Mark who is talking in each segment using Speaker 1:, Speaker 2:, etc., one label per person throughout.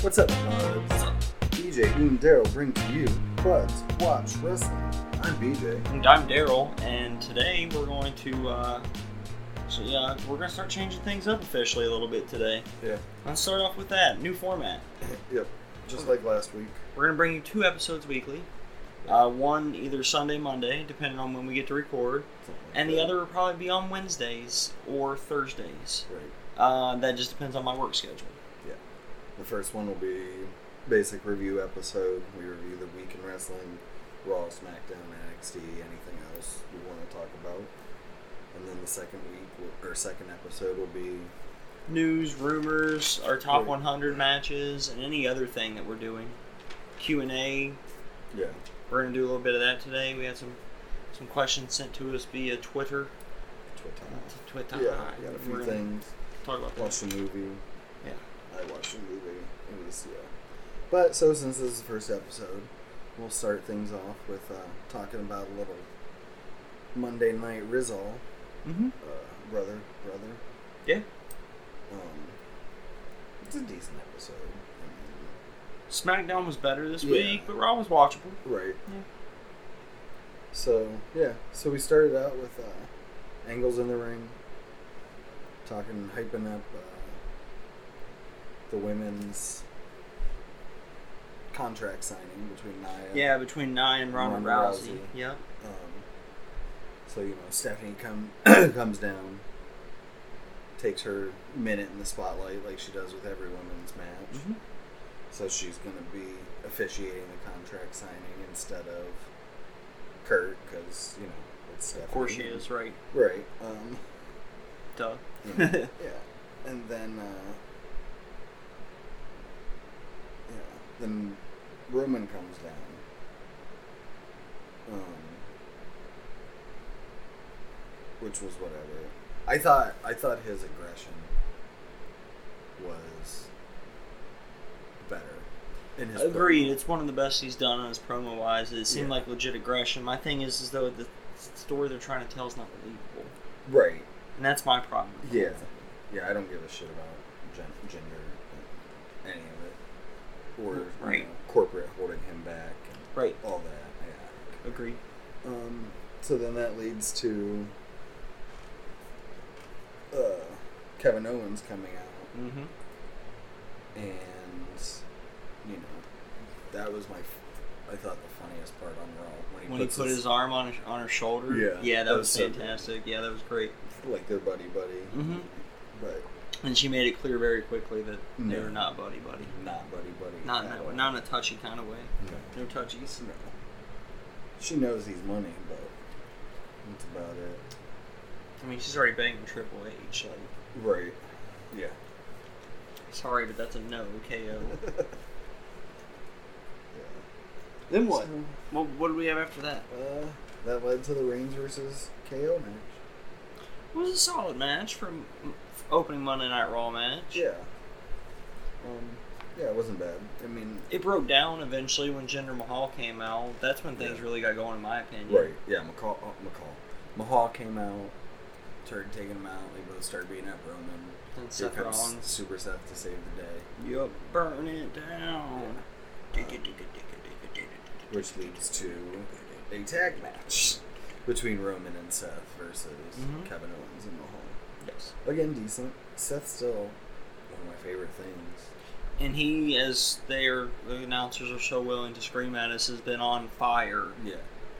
Speaker 1: What's up, Pods? BJ Beam Daryl bring to you Pods Watch Wrestling. I'm BJ.
Speaker 2: And I'm Daryl, and today we're going to, uh, so yeah, we're going to start changing things up officially a little bit today.
Speaker 1: Yeah.
Speaker 2: Let's start off with that new format.
Speaker 1: Yep. Just like last week.
Speaker 2: We're going to bring you two episodes weekly, uh, one either Sunday, Monday, depending on when we get to record,
Speaker 1: Something like
Speaker 2: and the
Speaker 1: that.
Speaker 2: other will probably be on Wednesdays or Thursdays.
Speaker 1: Right.
Speaker 2: Uh, that just depends on my work schedule.
Speaker 1: The first one will be basic review episode. We review the week in wrestling, Raw, SmackDown, NXT, anything else you want to talk about. And then the second week will, or second episode will be
Speaker 2: News, rumors, our top
Speaker 1: Right.
Speaker 2: 100 matches, and any other thing that we're doing. Q and A,
Speaker 1: yeah
Speaker 2: We're gonna do a little bit of that today. We had some some questions sent to us via Twitter.
Speaker 1: Twitter.
Speaker 2: Twitter.
Speaker 1: Yeah, got a
Speaker 2: We're
Speaker 1: few
Speaker 2: gonna
Speaker 1: things.
Speaker 2: Talk about that.
Speaker 1: Watched the movie.
Speaker 2: Yeah.
Speaker 1: I watched the movie. It was yeah. But so since this is the first episode, we'll start things off with uh, talking about a little Monday Night Rizal,
Speaker 2: Mm-hmm.
Speaker 1: uh, brother, brother.
Speaker 2: Yeah.
Speaker 1: Um, it's a decent episode. I
Speaker 2: SmackDown was better this
Speaker 1: Yeah.
Speaker 2: week, but Raw was watchable.
Speaker 1: mean, right.
Speaker 2: Yeah.
Speaker 1: So yeah, so we started out with uh, angles in the ring, talking, hyping up uh, the women's contract signing between Nia.
Speaker 2: Yeah, between Nia and Ronda
Speaker 1: Ronda
Speaker 2: Rousey.
Speaker 1: Rousey.
Speaker 2: Yeah.
Speaker 1: Um, so you know, Stephanie come comes down, takes her minute in the spotlight like she does with every women's match.
Speaker 2: Mm-hmm.
Speaker 1: So she's going to be officiating the contract signing instead of Kurt because you know it's Stephanie.
Speaker 2: Of course she is, right?
Speaker 1: Right. Um,
Speaker 2: Duh.
Speaker 1: you know, yeah, and then uh, yeah, then Roman comes down. Um, which was whatever. I thought I thought his aggression was better. In his
Speaker 2: Agreed. It's one of the best he's done on his promo wise. It seemed
Speaker 1: Yeah.
Speaker 2: like legit aggression. My thing is, is though the story they're trying to tell is not believable,
Speaker 1: promo. Right.
Speaker 2: and that's my problem.
Speaker 1: Yeah. Yeah, I don't give a shit about gen- gender, any of it, or you
Speaker 2: Right.
Speaker 1: know, corporate holding him back and
Speaker 2: Right.
Speaker 1: all that. Yeah.
Speaker 2: Agreed.
Speaker 1: Um, so then that leads to uh, Kevin Owens coming out,
Speaker 2: Mm-hmm.
Speaker 1: and you know that was my, f- I thought the funniest part on Raw when he
Speaker 2: when he
Speaker 1: puts
Speaker 2: put his, arm on her, on her shoulder.
Speaker 1: Yeah,
Speaker 2: yeah,
Speaker 1: that
Speaker 2: that, was,
Speaker 1: was so good.
Speaker 2: fantastic. Yeah, that was great.
Speaker 1: like their buddy buddy,
Speaker 2: Mhm.
Speaker 1: but
Speaker 2: And she made it clear very quickly that they
Speaker 1: No.
Speaker 2: were not buddy buddy,
Speaker 1: not buddy buddy,
Speaker 2: not in
Speaker 1: at
Speaker 2: that
Speaker 1: all.
Speaker 2: way, not in a touchy kind of way.
Speaker 1: No.
Speaker 2: No touchies.
Speaker 1: No. She knows he's money, but that's about it.
Speaker 2: I mean, she's already banging Triple H. Like,
Speaker 1: Right. Yeah.
Speaker 2: sorry, but that's a no KO.
Speaker 1: Then
Speaker 2: what? what what do we have after that?
Speaker 1: uh, that led to the Reigns versus KO match.
Speaker 2: It was a solid match from mm, opening Monday Night Raw match.
Speaker 1: Yeah. Um, yeah, it wasn't bad. I mean,
Speaker 2: It broke down eventually when Jinder Mahal came out. That's when things
Speaker 1: Yeah.
Speaker 2: really got going, in my opinion.
Speaker 1: right. Yeah, McCall. Oh, McCall. Mahal came out. Turd taking him out. They both started beating up Roman.
Speaker 2: And
Speaker 1: Here
Speaker 2: Seth
Speaker 1: comes
Speaker 2: Rollins.
Speaker 1: Super Seth to save the day.
Speaker 2: Yup, burn it down.
Speaker 1: Yeah. which leads to a tag match between Roman and Seth versus
Speaker 2: Mhm.
Speaker 1: Kevin Owens and Mahal.
Speaker 2: Yes.
Speaker 1: Again, decent. Seth's still one of my favorite things.
Speaker 2: And he, as their the announcers are so willing to scream at us, has been on fire.
Speaker 1: Yeah.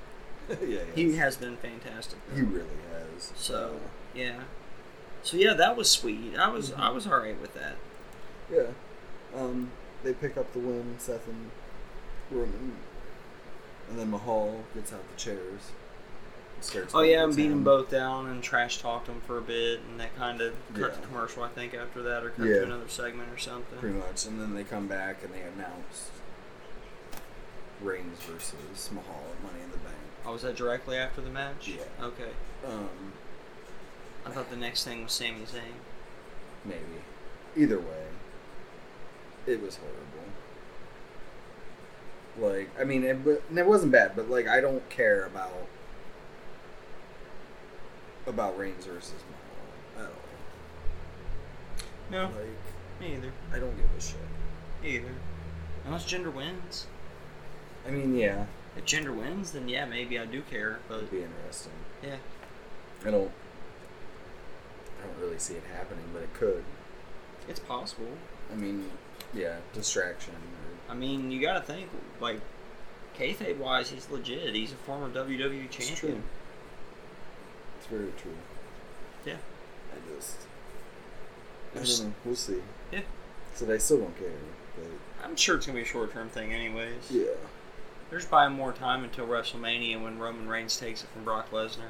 Speaker 1: yeah, yeah.
Speaker 2: He has been fantastic.
Speaker 1: He really has.
Speaker 2: So yeah, so yeah, that was sweet. I was
Speaker 1: Mhm.
Speaker 2: I was all right with that.
Speaker 1: Uh, yeah. Um, they pick up the win, Seth and Roman. And then Mahal gets out the chairs. and starts
Speaker 2: Oh yeah, and
Speaker 1: beating
Speaker 2: beat them
Speaker 1: him.
Speaker 2: both down and trash talked them for a bit, and that kind of cut
Speaker 1: Yeah.
Speaker 2: the commercial. I think after that, or cut
Speaker 1: Yeah.
Speaker 2: to another segment or something.
Speaker 1: Pretty much, and then they come back and they announce Reigns versus Mahal at Money in the Bank.
Speaker 2: Oh, was that directly after the match?
Speaker 1: Yeah.
Speaker 2: Okay.
Speaker 1: Um,
Speaker 2: I thought the next thing was Sami Zayn.
Speaker 1: maybe. Either way, it was horrible. Like, I mean, it, wa- and it wasn't bad, but like, I don't care about about Reigns versus Mahal at all.
Speaker 2: No,
Speaker 1: Like,
Speaker 2: me either.
Speaker 1: I don't give a shit.
Speaker 2: either. Unless gender wins.
Speaker 1: I mean, yeah,
Speaker 2: If gender wins, then yeah, maybe I do care. But
Speaker 1: it'd be interesting.
Speaker 2: yeah,
Speaker 1: I don't. I don't really see it happening, but it could.
Speaker 2: it's possible.
Speaker 1: I mean, yeah, distraction. Or,
Speaker 2: I mean, you gotta think like kayfabe wise, he's legit. He's a former WWE
Speaker 1: It's
Speaker 2: champion.
Speaker 1: true. it's very true.
Speaker 2: Yeah.
Speaker 1: I just. I
Speaker 2: There's-
Speaker 1: don't know. We'll see.
Speaker 2: Yeah.
Speaker 1: So I still don't care. But
Speaker 2: I'm sure it's gonna be a short term thing, anyways.
Speaker 1: yeah.
Speaker 2: They're just buying more time until WrestleMania when Roman Reigns takes it from Brock Lesnar.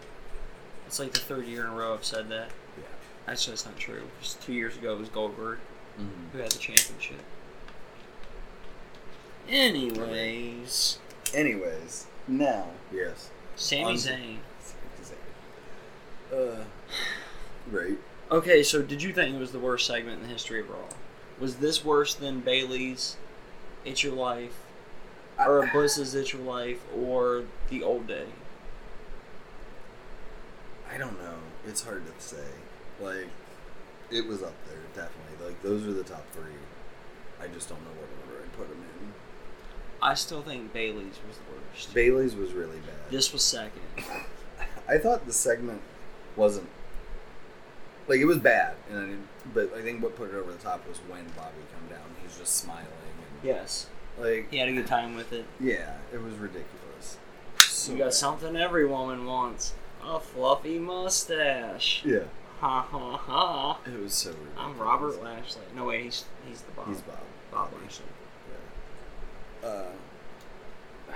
Speaker 2: It's like the third year in a row I've said that.
Speaker 1: Yeah.
Speaker 2: That's just not true. Just two years ago it was Goldberg
Speaker 1: Mm-hmm.
Speaker 2: who had the championship. Anyways,
Speaker 1: Anyways, now. Yes.
Speaker 2: Sami
Speaker 1: On-
Speaker 2: Zayn.
Speaker 1: Uh. Right.
Speaker 2: Okay, so did you think it was the worst segment in the history of Raw? Was this worse than Bailey's "It's Your Life" or Bliss's "It's Your Life" or the old day?
Speaker 1: I don't know. It's hard to say. Like, it was up there, definitely. Like, those are the top three. I just don't know what order I put them in.
Speaker 2: I still think Bailey's was the worst.
Speaker 1: Bailey's was really bad.
Speaker 2: this was second.
Speaker 1: I thought the segment wasn't like it was bad, and I didn't, but I think what put it over the top was when Bobby come down. He's just smiling. And,
Speaker 2: Yes,
Speaker 1: Like
Speaker 2: he had a good time with it.
Speaker 1: yeah, it was ridiculous. So
Speaker 2: you got
Speaker 1: bad.
Speaker 2: something every woman wants: a fluffy mustache.
Speaker 1: Yeah,
Speaker 2: Ha ha ha!
Speaker 1: it was so. Ridiculous.
Speaker 2: I'm Robert Lashley. No wait, he's he's the Bob.
Speaker 1: He's Bob.
Speaker 2: Bob Lashley.
Speaker 1: Yeah. Uh, yeah.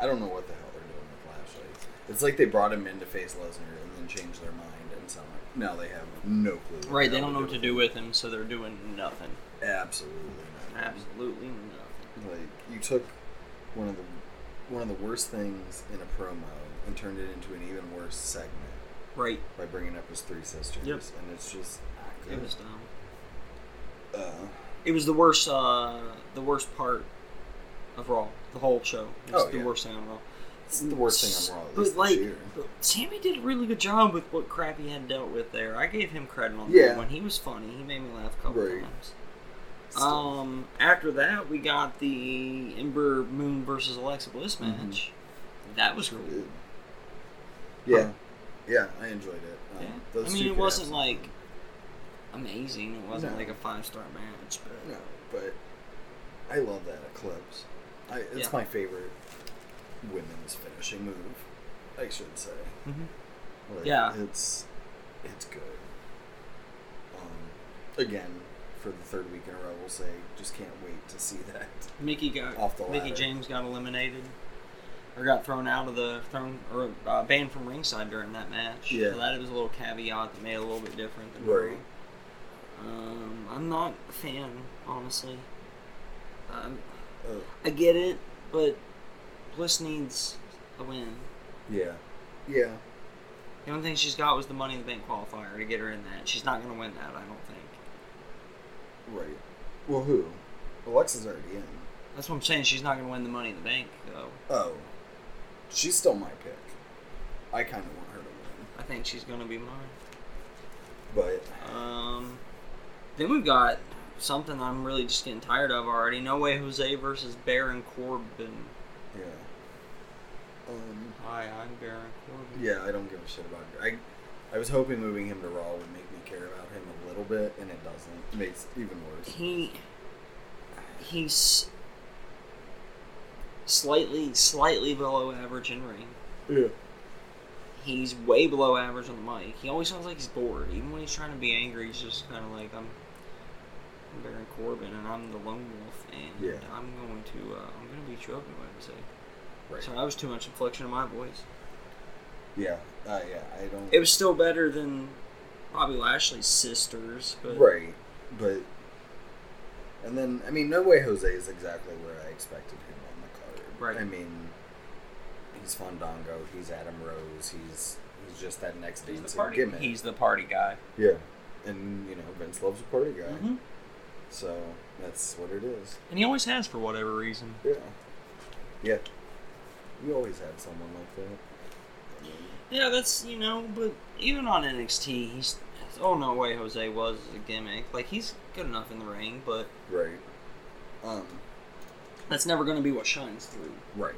Speaker 1: I don't know what the hell they're doing with Lashley. It's like they brought him in to face Lesnar and then changed their mind, and so now they have no clue. what the
Speaker 2: Right, they
Speaker 1: hell
Speaker 2: don't know what to do
Speaker 1: him.
Speaker 2: with him, so they're doing nothing.
Speaker 1: Absolutely not.
Speaker 2: Absolutely nothing.
Speaker 1: Like you took one of the one of the worst things in a promo and turned it into an even worse segment
Speaker 2: Right.
Speaker 1: by bringing up his three sisters,
Speaker 2: Yep.
Speaker 1: and it's just not
Speaker 2: It
Speaker 1: good.
Speaker 2: was dumb.
Speaker 1: uh,
Speaker 2: It was the worst. Uh, the worst part of Raw, the whole show. It was
Speaker 1: Oh,
Speaker 2: the
Speaker 1: yeah.
Speaker 2: worst thing on Raw.
Speaker 1: it's the worst thing on Raw. At
Speaker 2: But
Speaker 1: least
Speaker 2: like,
Speaker 1: this year.
Speaker 2: but Sammy did a really good job with what crap he had dealt with there. I gave him credit on
Speaker 1: Yeah.
Speaker 2: that one. He was funny. He made me laugh a couple
Speaker 1: Right.
Speaker 2: times.
Speaker 1: Still.
Speaker 2: Um, after that, we got the Ember Moon versus Alexa Bliss match.
Speaker 1: Mhm.
Speaker 2: That was cool.
Speaker 1: Good. Yeah, yeah, I enjoyed it. Um,
Speaker 2: Yeah.
Speaker 1: those
Speaker 2: I
Speaker 1: two
Speaker 2: mean, it
Speaker 1: could
Speaker 2: wasn't
Speaker 1: absolutely-
Speaker 2: like amazing. It wasn't
Speaker 1: No.
Speaker 2: like a five star match, but
Speaker 1: no, but I love that Eclipse. I, it's
Speaker 2: Yeah.
Speaker 1: my favorite women's finishing move. I should say.
Speaker 2: Mm-hmm.
Speaker 1: Like,
Speaker 2: Yeah.
Speaker 1: it's it's good. Um, again, for the third week in a row, we'll say just can't wait to see that.
Speaker 2: Mickey got
Speaker 1: Off the
Speaker 2: Mickey
Speaker 1: ladder.
Speaker 2: James got eliminated or got thrown out of the thrown or uh, banned from ringside during that match.
Speaker 1: Yeah.
Speaker 2: so that was a little caveat that made it a little bit different than
Speaker 1: Right.
Speaker 2: normal. Um, I'm not a fan, honestly. Um,
Speaker 1: Uh,
Speaker 2: I get it, but Bliss needs a win.
Speaker 1: yeah, yeah,
Speaker 2: The only thing she's got was the Money in the Bank qualifier to get her in that. She's not going to win that, I don't think.
Speaker 1: right. Well, who? Alexa's already in.
Speaker 2: That's what I'm saying. She's not going to win the Money in the Bank, though.
Speaker 1: Oh, she's still my pick. I kind of want her to win,
Speaker 2: I think she's going to be mine.
Speaker 1: but
Speaker 2: Um, then we've got something I'm really just getting tired of already. No way, Jose versus Baron Corbin.
Speaker 1: yeah. Um,
Speaker 2: Hi, I'm Baron Corbin.
Speaker 1: yeah, I don't give a shit about it. I, I was hoping moving him to Raw would make me care about him a little bit, and it doesn't. It makes it even worse.
Speaker 2: He he's slightly slightly below average in ring.
Speaker 1: Yeah.
Speaker 2: He's way below average on the mic. He always sounds like he's bored. Even when he's trying to be angry, he's just kind of like I'm. I'm Baron Corbin, and I'm the lone wolf, and
Speaker 1: Yeah.
Speaker 2: I'm going to uh, I'm going to beat you up in Wednesday.
Speaker 1: Right.
Speaker 2: Sorry, that was too much inflection in my voice.
Speaker 1: Yeah. Uh, yeah. I don't.
Speaker 2: It was still better than Bobby Lashley's sisters, but
Speaker 1: Right, but and then I mean, no way Jose is exactly where I expected him on the card.
Speaker 2: Right.
Speaker 1: I mean, he's Fandango. He's Adam Rose. He's he's just that next
Speaker 2: he's, the
Speaker 1: dancing
Speaker 2: party,
Speaker 1: gimmick.
Speaker 2: he's the party guy.
Speaker 1: yeah, and you know Vince loves a party guy,
Speaker 2: Mhm.
Speaker 1: so that's what it is.
Speaker 2: And he always has for whatever reason.
Speaker 1: Yeah, yeah. You always had someone like that. I mean,
Speaker 2: Yeah, that's you know, but even on NXT, he's oh no way Jose was a gimmick. Like he's good enough in the ring, but
Speaker 1: right. Um,
Speaker 2: That's never going to be what shines through.
Speaker 1: right.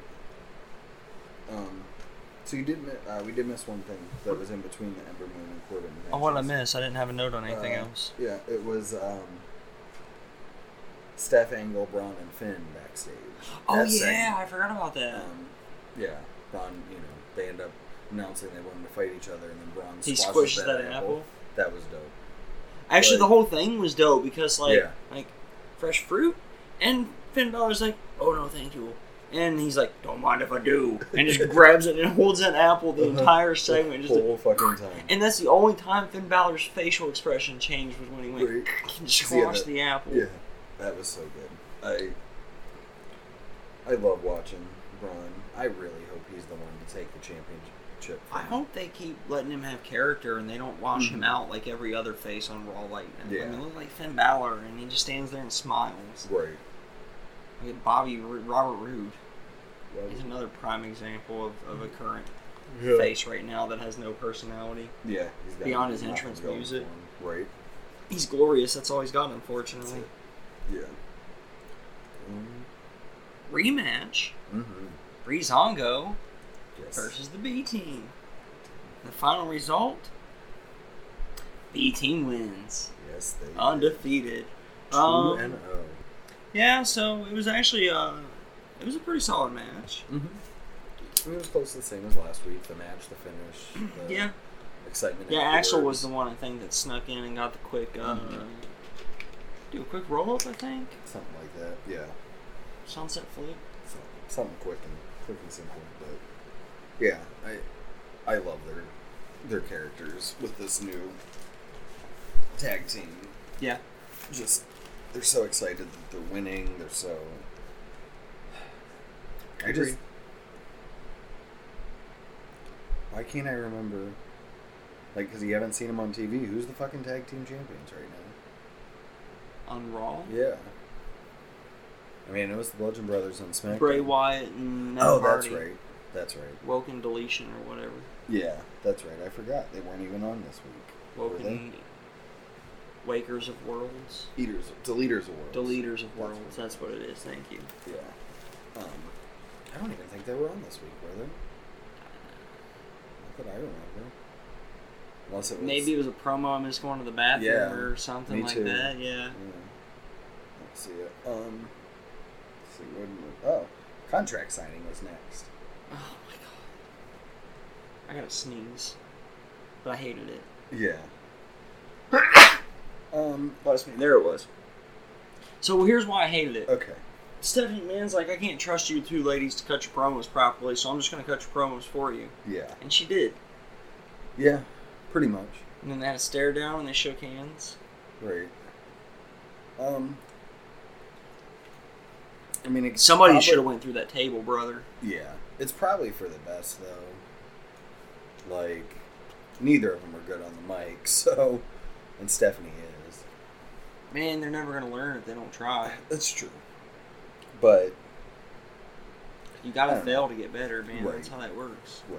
Speaker 1: Um, so you did. mi- Uh, we did miss one thing that was in between the Ember Moon and Corbin.
Speaker 2: Oh, what I
Speaker 1: matches.
Speaker 2: miss? I didn't have a note on anything
Speaker 1: Uh,
Speaker 2: else.
Speaker 1: Yeah, it was um, Steph Angle, Braun, and Finn backstage.
Speaker 2: Oh
Speaker 1: That
Speaker 2: yeah,
Speaker 1: segment.
Speaker 2: I forgot about that.
Speaker 1: Um, yeah, Braun. You know, they end up announcing they want to fight each other, and then Braun
Speaker 2: he
Speaker 1: squashes
Speaker 2: squishes that, apple.
Speaker 1: That was dope.
Speaker 2: Actually,
Speaker 1: Like-
Speaker 2: the whole thing was dope because like
Speaker 1: Yeah.
Speaker 2: like fresh fruit, and Finn Balor's like, "Oh no, thank you," and he's like, "Don't mind if I do," and just grabs it and holds that apple the
Speaker 1: Uh-huh.
Speaker 2: entire segment.
Speaker 1: the
Speaker 2: Just
Speaker 1: whole fucking time.
Speaker 2: and that's the only time Finn Balor's facial expression changed was when he went
Speaker 1: Right.
Speaker 2: and
Speaker 1: Yeah,
Speaker 2: squashed
Speaker 1: that-
Speaker 2: the apple.
Speaker 1: Yeah, that was so good. I I love watching Braun. I really hope he's the one to take the championship. from
Speaker 2: I hope they keep letting him have character and they don't wash him out like every other face on Raw right now. I
Speaker 1: Mm-hmm. Yeah.
Speaker 2: mean, look like Finn Balor and he just stands there and smiles.
Speaker 1: Right.
Speaker 2: Look at Bobby Ro- Robert Roode.
Speaker 1: Well,
Speaker 2: He's another prime example of, of a current
Speaker 1: yeah.
Speaker 2: face right now that has no personality.
Speaker 1: Yeah, he's got
Speaker 2: Beyond his
Speaker 1: nothing
Speaker 2: entrance
Speaker 1: going
Speaker 2: music.
Speaker 1: for him. Right.
Speaker 2: He's glorious. That's all he's got,
Speaker 1: That's
Speaker 2: unfortunately.
Speaker 1: it. Yeah. Um,
Speaker 2: Rematch:
Speaker 1: mm-hmm.
Speaker 2: Breezango
Speaker 1: Yes.
Speaker 2: versus the B Team. The final result: B Team wins,
Speaker 1: Yes, they
Speaker 2: undefeated.
Speaker 1: Two
Speaker 2: Um,
Speaker 1: and oh. O.
Speaker 2: Yeah, so it was actually uh, it was a pretty solid match.
Speaker 1: Mm-hmm. It was close to the same as last week. The match, the finish, the
Speaker 2: Yeah,
Speaker 1: excitement.
Speaker 2: yeah. Axel was
Speaker 1: afterwards.
Speaker 2: the one I think that snuck in and got the quick uh,
Speaker 1: Mhm.
Speaker 2: do a quick roll up. I think
Speaker 1: something like that. Yeah.
Speaker 2: sunset flip.
Speaker 1: So, something quick and quick and simple, but yeah, I I love their their characters with this new tag team.
Speaker 2: Yeah.
Speaker 1: Just they're so excited that they're winning. They're so. I just.
Speaker 2: Agreed.
Speaker 1: Why can't I remember? Like, because you haven't seen them on TV. Who's the fucking tag team champions right now?
Speaker 2: on Raw.
Speaker 1: Yeah. I mean, it was the Bludgeon Brothers on SmackDown.
Speaker 2: Bray Wyatt and Matt
Speaker 1: Oh, that's
Speaker 2: Hardy.
Speaker 1: right. That's right.
Speaker 2: Woken deletion or whatever.
Speaker 1: Yeah, that's right. I forgot they weren't even on this week. Were they?
Speaker 2: Woken Wakers of Worlds.
Speaker 1: Eaters, deleters of worlds.
Speaker 2: Deleters of Worlds. That's what it is. Thank you.
Speaker 1: Yeah. Um, I don't even think they were on this week, were they? Not that I remember. Unless it was
Speaker 2: Maybe it was a promo. I missed going to the bathroom
Speaker 1: Yeah,
Speaker 2: or something
Speaker 1: me
Speaker 2: like
Speaker 1: too.
Speaker 2: that. Yeah.
Speaker 1: Yeah. Let's see it. Um. Let's see what. Oh, contract signing was next.
Speaker 2: Oh my god. I gotta sneeze. But I hated it.
Speaker 1: Yeah. um.
Speaker 2: Bless me. There it was. So here's why I hated it.
Speaker 1: Okay.
Speaker 2: Stephanie Mann's like, I can't trust you two ladies to cut your promos properly, so I'm just gonna cut your promos for you.
Speaker 1: Yeah.
Speaker 2: And she did.
Speaker 1: Yeah. Pretty much.
Speaker 2: And then they had a stare down and they shook hands.
Speaker 1: Right. Um. I mean, it's
Speaker 2: Somebody
Speaker 1: probably-
Speaker 2: should have went through that table, brother.
Speaker 1: Yeah, it's probably for the best though. Like, neither of them are good on the mic, so and Stephanie is.
Speaker 2: Man, they're never gonna learn if they don't try.
Speaker 1: That's true. But
Speaker 2: You
Speaker 1: I
Speaker 2: gotta
Speaker 1: don't
Speaker 2: fail to get better, man.
Speaker 1: Right.
Speaker 2: That's how that works.
Speaker 1: right,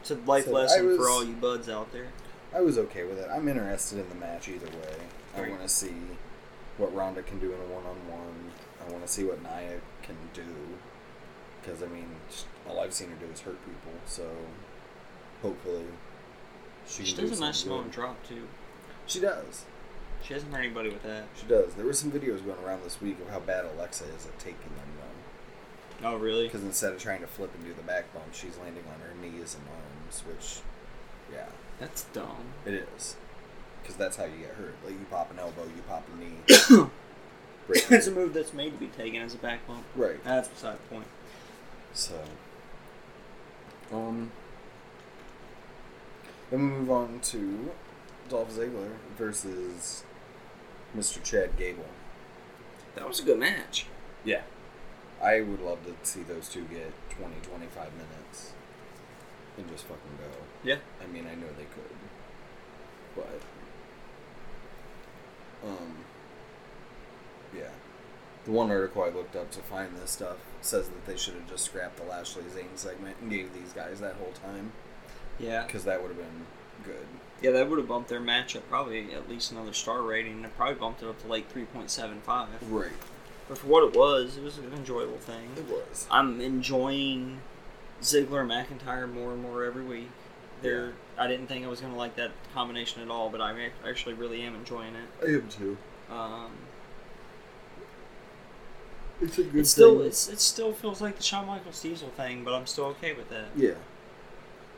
Speaker 2: It's a life
Speaker 1: So, I
Speaker 2: lesson
Speaker 1: was-
Speaker 2: for all you buds out there.
Speaker 1: I was okay with it. I'm interested in the match either way. I
Speaker 2: Right.
Speaker 1: want to see what Ronda can do in a one-on-one. I want to see what Nia can do. Because I mean, sh- all I've seen her do is hurt people. So hopefully, she,
Speaker 2: She
Speaker 1: can do
Speaker 2: does a nice
Speaker 1: something
Speaker 2: small
Speaker 1: good.
Speaker 2: drop too.
Speaker 1: She does.
Speaker 2: She hasn't hurt anybody with that.
Speaker 1: She does. There were some videos going around this week of how bad Alexa is at taking them though.
Speaker 2: Oh really?
Speaker 1: Because instead of trying to flip and do the back bump, she's landing on her knees and arms, which, yeah,
Speaker 2: That's dumb.
Speaker 1: it is. Because that's how you get hurt. Like you pop an elbow, you pop a knee. break your-
Speaker 2: it's a move that's made to be taken as a back bump.
Speaker 1: right.
Speaker 2: That's beside the point.
Speaker 1: So, um, then we move on to Dolph Ziggler versus Mr. Chad Gable.
Speaker 2: That was a good match.
Speaker 1: Yeah. I would love to see those two get 20, 25 minutes and just fucking go.
Speaker 2: Yeah.
Speaker 1: I mean, I know they could. But. Um. Yeah. The one article I looked up to find this stuff says that they should have just scrapped the Lashley Zane segment and gave these guys that whole time
Speaker 2: Yeah.
Speaker 1: because that would have been good.
Speaker 2: Yeah, that would have bumped their matchup probably at least another star rating and probably bumped it up to like three point seven five.
Speaker 1: Right.
Speaker 2: But for what it was, it was an enjoyable thing.
Speaker 1: It was.
Speaker 2: I'm enjoying Ziggler and McIntyre more and more every week. They're, I didn't think I was going to like that combination at all, but I ac- actually really am enjoying it.
Speaker 1: I am too.
Speaker 2: Um,
Speaker 1: It's a good
Speaker 2: it still
Speaker 1: thing.
Speaker 2: it's, it still feels like the Shawn Michaels Diesel thing, but I'm still okay with that.
Speaker 1: Yeah.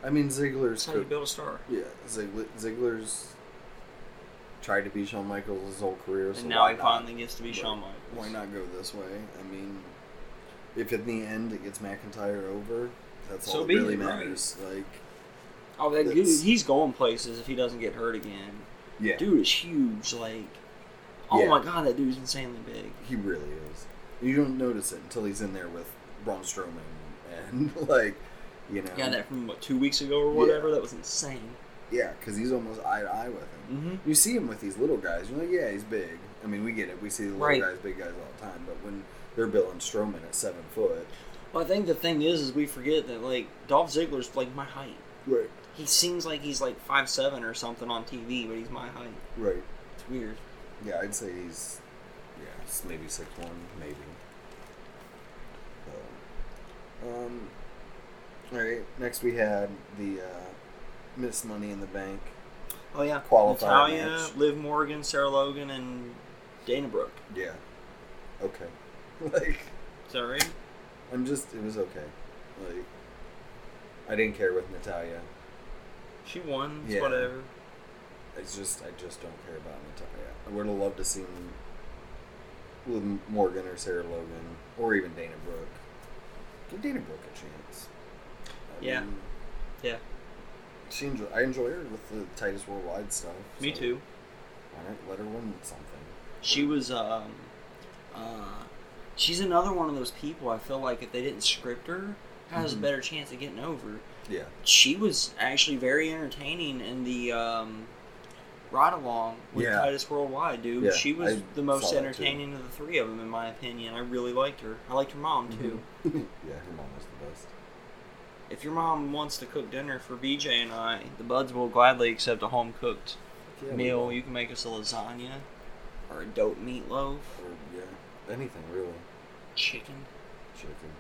Speaker 1: I mean, Ziggler's
Speaker 2: That's how you
Speaker 1: good.
Speaker 2: build a star.
Speaker 1: Yeah, Ziggler, Ziggler's tried to be Shawn Michaels his whole career, so
Speaker 2: And now
Speaker 1: why
Speaker 2: he
Speaker 1: not?
Speaker 2: finally gets to be
Speaker 1: Right.
Speaker 2: Shawn Michaels.
Speaker 1: Why not go this way? I mean, if in the end it gets McIntyre over, that's
Speaker 2: So
Speaker 1: all
Speaker 2: be
Speaker 1: that really
Speaker 2: it, right.
Speaker 1: matters. Like,
Speaker 2: Oh, that dude,
Speaker 1: That's-
Speaker 2: he's going places if he doesn't get hurt again.
Speaker 1: yeah,
Speaker 2: Dude is huge. Like, oh
Speaker 1: Yeah.
Speaker 2: my god, that dude's insanely big.
Speaker 1: he really is. You don't notice it until he's in there with Braun Strowman and like, you know,
Speaker 2: Got that from what two weeks ago or whatever. That was insane.
Speaker 1: yeah, because he's almost eye to eye with him.
Speaker 2: Mm-hmm.
Speaker 1: You see him with these little guys. You're like, yeah, he's big. I mean, we get it. We see the little
Speaker 2: Right.
Speaker 1: guys, big guys all the time. But when they're billing Strowman at seven foot,
Speaker 2: Well, I think the thing is, is we forget that like Dolph Ziggler's like my height.
Speaker 1: right,
Speaker 2: He seems like he's like five seven or something on TV, but he's my height.
Speaker 1: right,
Speaker 2: It's weird.
Speaker 1: yeah, I'd say he's, yeah, s- maybe six one, maybe. So, um, all right. Next, we had the uh, Miss Money in the Bank.
Speaker 2: Oh yeah,
Speaker 1: Qualifier
Speaker 2: Natalia,
Speaker 1: match.
Speaker 2: Liv Morgan, Sarah Logan, and Dana Brooke.
Speaker 1: Yeah. Okay. like,
Speaker 2: Is that right?
Speaker 1: I'm just. It was okay. Like, I didn't care with Natalia.
Speaker 2: She won. It's
Speaker 1: Yeah.
Speaker 2: whatever.
Speaker 1: It's just I just don't care about Natalia. I would have loved to see him with Morgan or Sarah Logan or even Dana Brooke. Give Dana Brooke a chance.
Speaker 2: Yeah.
Speaker 1: mean,
Speaker 2: Yeah.
Speaker 1: She enjoy, I enjoy her with the Titus Worldwide stuff.
Speaker 2: Me
Speaker 1: so
Speaker 2: too.
Speaker 1: Why not let her win something?
Speaker 2: She was um, uh, she's another one of those people. I feel like if they didn't script her, has
Speaker 1: Mhm.
Speaker 2: a better chance of getting over.
Speaker 1: Yeah.
Speaker 2: She was actually very entertaining in the um, ride along with
Speaker 1: Yeah.
Speaker 2: Titus Worldwide, dude.
Speaker 1: Yeah,
Speaker 2: she was
Speaker 1: I
Speaker 2: the most
Speaker 1: saw that, too.
Speaker 2: entertaining of the three of them, in my opinion. I really liked her. I liked her mom too.
Speaker 1: yeah, her mom was the best.
Speaker 2: If your mom wants to cook dinner for BJ and I, the buds will gladly accept a home cooked
Speaker 1: Yeah, we-
Speaker 2: meal. You can make us a lasagna or a dope meatloaf,
Speaker 1: Or, yeah. Anything really.
Speaker 2: chicken.
Speaker 1: Chicken.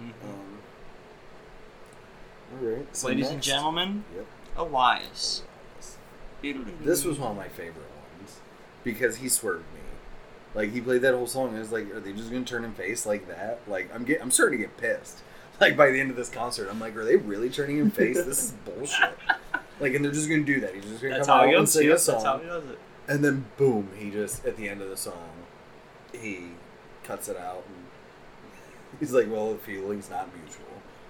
Speaker 2: Mhm.
Speaker 1: Um, all right. so
Speaker 2: Ladies and
Speaker 1: next-
Speaker 2: gentlemen,
Speaker 1: Yep.
Speaker 2: Elias.
Speaker 1: This was one of my favorite ones because he swerved me. Like he played that whole song, and I was like, "Are they just gonna turn him face like that?" Like I'm get, I'm starting to get pissed. Like by the end of this concert, I'm like, "Are they really turning him face? this is bullshit." Like, and they're just gonna do that. He's just gonna
Speaker 2: That's
Speaker 1: come
Speaker 2: how
Speaker 1: out
Speaker 2: he
Speaker 1: and
Speaker 2: goes.
Speaker 1: sing
Speaker 2: yep,
Speaker 1: a
Speaker 2: That's how
Speaker 1: song,
Speaker 2: he does it.
Speaker 1: and then boom, he just at the end of the song, he cuts it out, and he's like, "Well, the feeling's not mutual."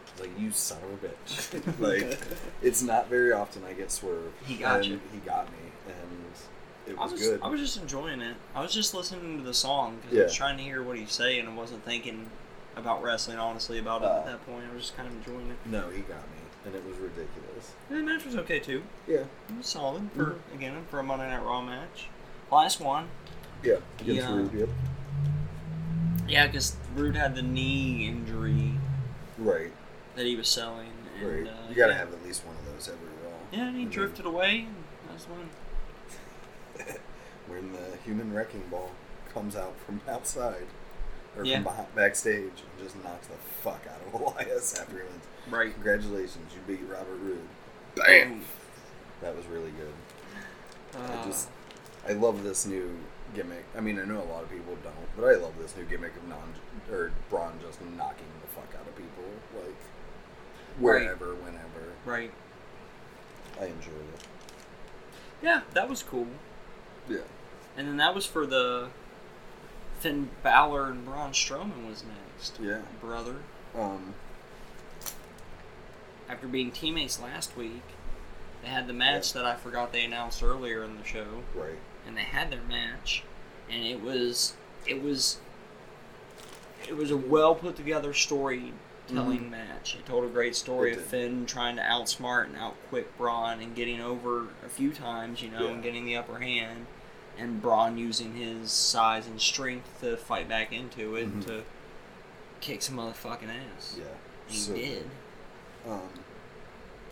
Speaker 1: I was like, "You son of a bitch!" like, it's not very often I get swerved.
Speaker 2: He got
Speaker 1: and
Speaker 2: you.
Speaker 1: He got me, and it
Speaker 2: I
Speaker 1: was,
Speaker 2: was,
Speaker 1: good.
Speaker 2: I was just enjoying it. I was just listening to the song because I was
Speaker 1: Yeah.
Speaker 2: trying to hear what he's saying and wasn't thinking about wrestling honestly about it
Speaker 1: Uh.
Speaker 2: at that point. I was just kind of enjoying it.
Speaker 1: no, he got me, and it was ridiculous.
Speaker 2: And the match was okay too.
Speaker 1: Yeah, Mm-hmm.
Speaker 2: It was solid for again for a Monday Night Raw match. Last one.
Speaker 1: yeah,
Speaker 2: Against Yeah.
Speaker 1: um,
Speaker 2: Rude, Yeah, because Rude had the knee injury
Speaker 1: Right,
Speaker 2: that he was selling. And,
Speaker 1: right.
Speaker 2: Uh,
Speaker 1: you gotta
Speaker 2: yeah.
Speaker 1: have at least one of those every roll.
Speaker 2: Yeah, and he
Speaker 1: Mhm.
Speaker 2: drifted away. And that was one.
Speaker 1: When the human wrecking ball comes out from outside or
Speaker 2: Yeah.
Speaker 1: from behind, backstage and just knocks the fuck out of Elias after he wins.
Speaker 2: Right.
Speaker 1: Congratulations, you beat Robert Roode. That was really good.
Speaker 2: Uh,
Speaker 1: I just, I love this new gimmick. I mean, I know a lot of people don't, but I love this new gimmick of non or Braun just knocking the fuck out of people, like wherever, whenever.
Speaker 2: right.
Speaker 1: I enjoy it.
Speaker 2: Yeah, that was cool.
Speaker 1: Yeah.
Speaker 2: And then that was for the Finn Balor and Braun Strowman was next.
Speaker 1: Yeah.
Speaker 2: Brother,
Speaker 1: Um.
Speaker 2: after being teammates last week, they had the match that I forgot they announced earlier in the show,
Speaker 1: Right.
Speaker 2: and they had their match, and it was it was it was a well put together storytelling match. It told a great story
Speaker 1: Mm-hmm. It
Speaker 2: of
Speaker 1: did.
Speaker 2: Finn trying to outsmart and outquick Braun and getting over a few times, you know,
Speaker 1: Yeah.
Speaker 2: and getting the upper hand, and Braun using his size and strength to fight back into it
Speaker 1: Mhm.
Speaker 2: to kick some motherfucking ass.
Speaker 1: Yeah.
Speaker 2: He did.
Speaker 1: Um.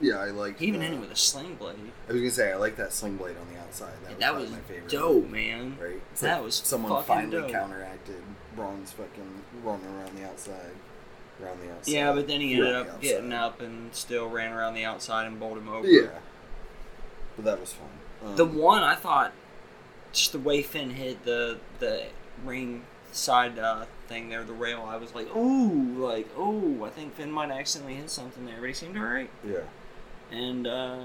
Speaker 1: Yeah, I liked.
Speaker 2: He even
Speaker 1: the-
Speaker 2: ended with a sling blade.
Speaker 1: I was gonna say I like that sling blade on the outside. That,
Speaker 2: that
Speaker 1: was,
Speaker 2: was
Speaker 1: probably my favorite.
Speaker 2: dope, man.
Speaker 1: Right. It's
Speaker 2: That
Speaker 1: like
Speaker 2: was
Speaker 1: someone
Speaker 2: fucking
Speaker 1: finally
Speaker 2: dope.
Speaker 1: counteracted Braun's fucking running around the outside, around the outside.
Speaker 2: Yeah, but then he ended
Speaker 1: Around the
Speaker 2: up getting
Speaker 1: outside.
Speaker 2: up and still ran around the outside and bowled him over.
Speaker 1: Yeah. But that was fun. Um,
Speaker 2: The one I thought, just the way Finn hit the the ring side uh, thing there, the rail, I was like, ooh, like, ooh, I think Finn might accidentally hit something there, but he seemed alright.
Speaker 1: Yeah.
Speaker 2: And uh,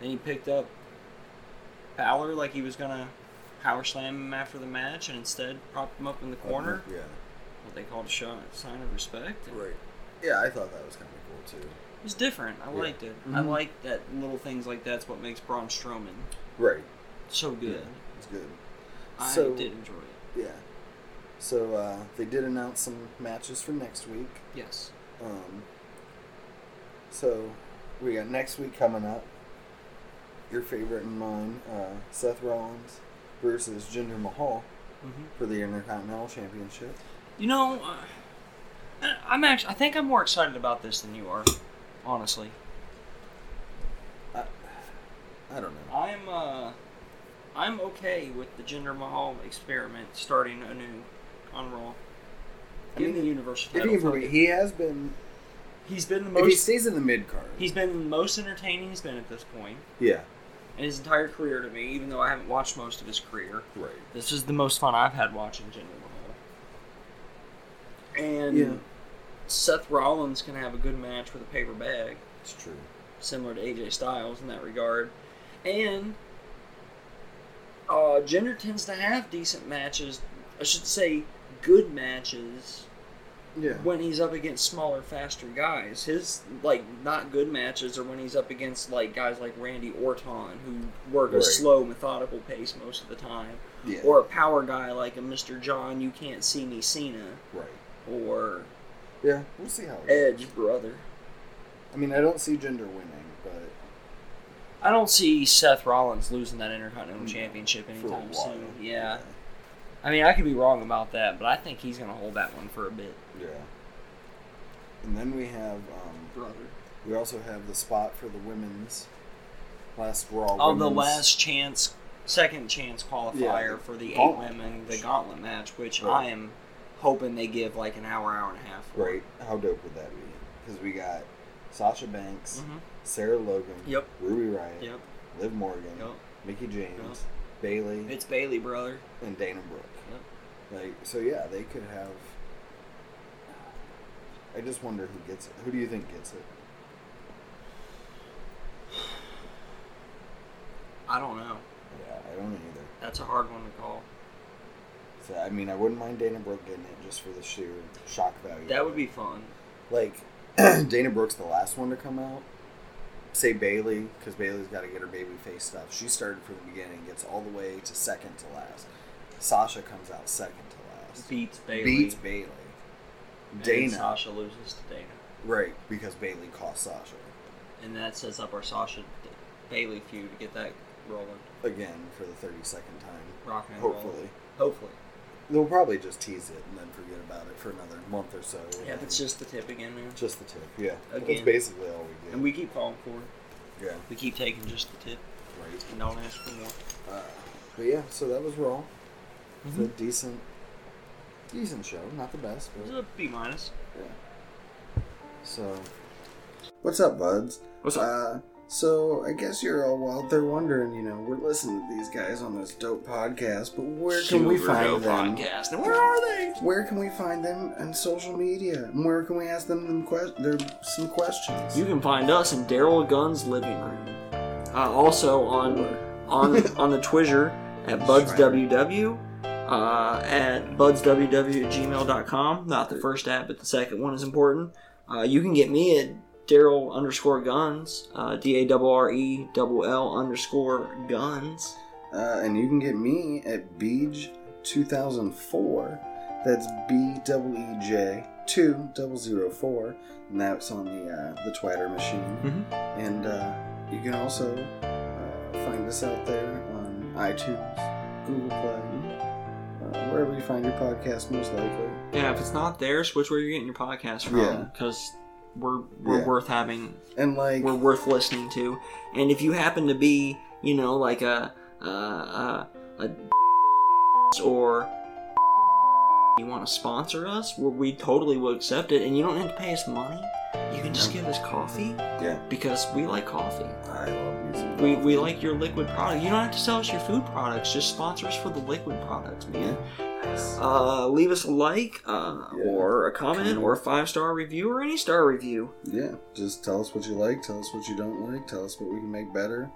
Speaker 2: then he picked up Balor like he was gonna power slam him after the match, and instead propped him up in the corner,
Speaker 1: Yeah.
Speaker 2: what they called a shot, sign of respect.
Speaker 1: Right. Yeah, I thought that was kind of cool too.
Speaker 2: It was different. I
Speaker 1: Yeah.
Speaker 2: liked it. I
Speaker 1: Mhm.
Speaker 2: like that little things like that's what makes Braun Strowman
Speaker 1: Right.
Speaker 2: so good.
Speaker 1: It's good.
Speaker 2: I
Speaker 1: So-
Speaker 2: did enjoy it.
Speaker 1: Yeah. So uh, they did announce some matches for next week.
Speaker 2: Yes.
Speaker 1: Um, so we got next week coming up. Your favorite and mine, uh, Seth Rollins versus Jinder Mahal
Speaker 2: hmm
Speaker 1: for the Intercontinental Championship.
Speaker 2: You know, uh, I- I'm actually. I think I'm more excited about this than you are. Honestly,
Speaker 1: I, I don't know.
Speaker 2: I'm. Uh, I'm okay with the Jinder Mahal experiment starting anew on Raw.
Speaker 1: I
Speaker 2: Give him
Speaker 1: mean,
Speaker 2: the universal
Speaker 1: If
Speaker 2: title.
Speaker 1: he, can
Speaker 2: fuck
Speaker 1: prove it-
Speaker 2: it.
Speaker 1: he has been.
Speaker 2: he's been the
Speaker 1: if he
Speaker 2: most.
Speaker 1: stays in the mid card,
Speaker 2: He's been the most entertaining he's been at this point
Speaker 1: yeah,
Speaker 2: in his entire career to me. Even though I haven't watched most of his career,
Speaker 1: right.
Speaker 2: this is the most fun I've had watching Jinder Mahal. And
Speaker 1: Yeah.
Speaker 2: Seth Rollins can have a good match with a paper bag.
Speaker 1: It's true.
Speaker 2: similar to AJ Styles in that regard. And uh, Jinder tends to have decent matches. I should say good matches
Speaker 1: Yeah.
Speaker 2: when he's up against smaller, faster guys. His like not good matches are when he's up against like guys like Randy Orton who work a
Speaker 1: Right.
Speaker 2: slow, methodical pace most of the time,
Speaker 1: yeah.
Speaker 2: or a power guy like a Mr. John You Can't See Me Cena
Speaker 1: right.
Speaker 2: or
Speaker 1: Yeah. We'll see how. It
Speaker 2: Edge brother.
Speaker 1: I mean, I don't see Jinder winning, but
Speaker 2: I don't see Seth Rollins losing that Intercontinental
Speaker 1: No,
Speaker 2: Championship
Speaker 1: Mm-hmm. for a
Speaker 2: anytime
Speaker 1: while.
Speaker 2: soon. Yeah. I mean, I could be wrong about that, but I think he's going to hold that one for a bit.
Speaker 1: Yeah. And then we have um,
Speaker 2: Brother.
Speaker 1: We also have the spot for the women's last Raw.
Speaker 2: Oh, the
Speaker 1: women's-
Speaker 2: last chance, second chance qualifier
Speaker 1: Yeah, the
Speaker 2: for the eight
Speaker 1: gauntlet
Speaker 2: women,
Speaker 1: match.
Speaker 2: the gauntlet match, which
Speaker 1: Right.
Speaker 2: I am hoping they give like an hour, hour and a half. for.
Speaker 1: Right. How dope would that be? Because we got Sasha Banks,
Speaker 2: Mhm.
Speaker 1: Sarah Logan,
Speaker 2: Yep.
Speaker 1: Ruby Riot,
Speaker 2: Yep.
Speaker 1: Liv Morgan,
Speaker 2: Yep.
Speaker 1: Mickey James, Bailey,
Speaker 2: It's Bailey, brother.
Speaker 1: and Dana Brooke. Like so, yeah, they could have. I just wonder who gets it. Who do you think gets it?
Speaker 2: I don't know.
Speaker 1: Yeah, I don't know either.
Speaker 2: That's a hard one to call.
Speaker 1: So I mean, I wouldn't mind Dana Brooke getting it just for the sheer shock value.
Speaker 2: That
Speaker 1: of
Speaker 2: would
Speaker 1: it.
Speaker 2: be fun.
Speaker 1: like Dana Brooks, the last one to come out. Say Bailey because Bailey's got to get her baby face stuff. She started from the beginning, gets all the way to second to last. Sasha comes out second to last,
Speaker 2: Beats Bailey.
Speaker 1: beats Bailey.
Speaker 2: and
Speaker 1: Dana,
Speaker 2: Sasha loses to Dana.
Speaker 1: right? Because Bailey cost Sasha
Speaker 2: And that sets up our Sasha Bailey feud to get that rolling,
Speaker 1: again for the thirty-second time.
Speaker 2: rocking and rolling.
Speaker 1: Hopefully,
Speaker 2: Hopefully.
Speaker 1: they'll probably just tease it and then forget about it for another month or so. and
Speaker 2: Yeah, if it's
Speaker 1: then
Speaker 2: just the tip again, man.
Speaker 1: just the tip. Yeah, that's
Speaker 2: Again.
Speaker 1: basically all we do.
Speaker 2: And we keep calling for it.
Speaker 1: yeah,
Speaker 2: We keep taking just the tip
Speaker 1: right.
Speaker 2: and don't ask for more.
Speaker 1: Uh, but yeah, so that was Raw. It's
Speaker 2: Mm-hmm.
Speaker 1: a decent, decent show. Not the best,
Speaker 2: It's
Speaker 1: but
Speaker 2: a B minus.
Speaker 1: yeah. So, what's up, buds? Uh, so I guess you're all out there wondering. You know, we're listening to these guys on this dope podcast, but where can we
Speaker 2: Super Dope
Speaker 1: find them?
Speaker 2: Podcast. And where are they?
Speaker 1: Where can we find them on social media? And where can we ask them, them que- their, some questions?
Speaker 2: You can find us in Daryl Gunn's living room. Uh, also on on on the Twitter at budsww. Uh, at budsww at gmail.com. Not the first ad, but the second one is important. Uh, you can get me at Daryl underscore guns, uh, D A R R E L L underscore guns.
Speaker 1: Uh, and you can get me at Beej2004. That's B double E J two double zero four, and that's on the uh, the Twitter machine.
Speaker 2: Mhm.
Speaker 1: And uh, you can also uh, find us out there on iTunes, Google Play, uh, wherever you find your podcast, most likely.
Speaker 2: Yeah, if it's not there, switch where you're getting your podcast from.
Speaker 1: Yeah.
Speaker 2: Because we're we're
Speaker 1: Yeah.
Speaker 2: worth having
Speaker 1: And like,
Speaker 2: were worth listening to. And if you happen to be, you know, like a a, a, a or you want to sponsor us, well, we totally will accept it, and you don't have to pay us money. You can just
Speaker 1: No.
Speaker 2: give us coffee
Speaker 1: yeah,
Speaker 2: because we like coffee.
Speaker 1: I love you. some
Speaker 2: We, we
Speaker 1: coffee.
Speaker 2: like your liquid product. You don't have to sell us your food products. Just sponsor us for the liquid products, man.
Speaker 1: Yes.
Speaker 2: Uh, leave us a like, uh,
Speaker 1: Yeah.
Speaker 2: or a comment, or a five star review, or any star review.
Speaker 1: yeah, just tell us what you like, tell us what you don't like, tell us what we can make better,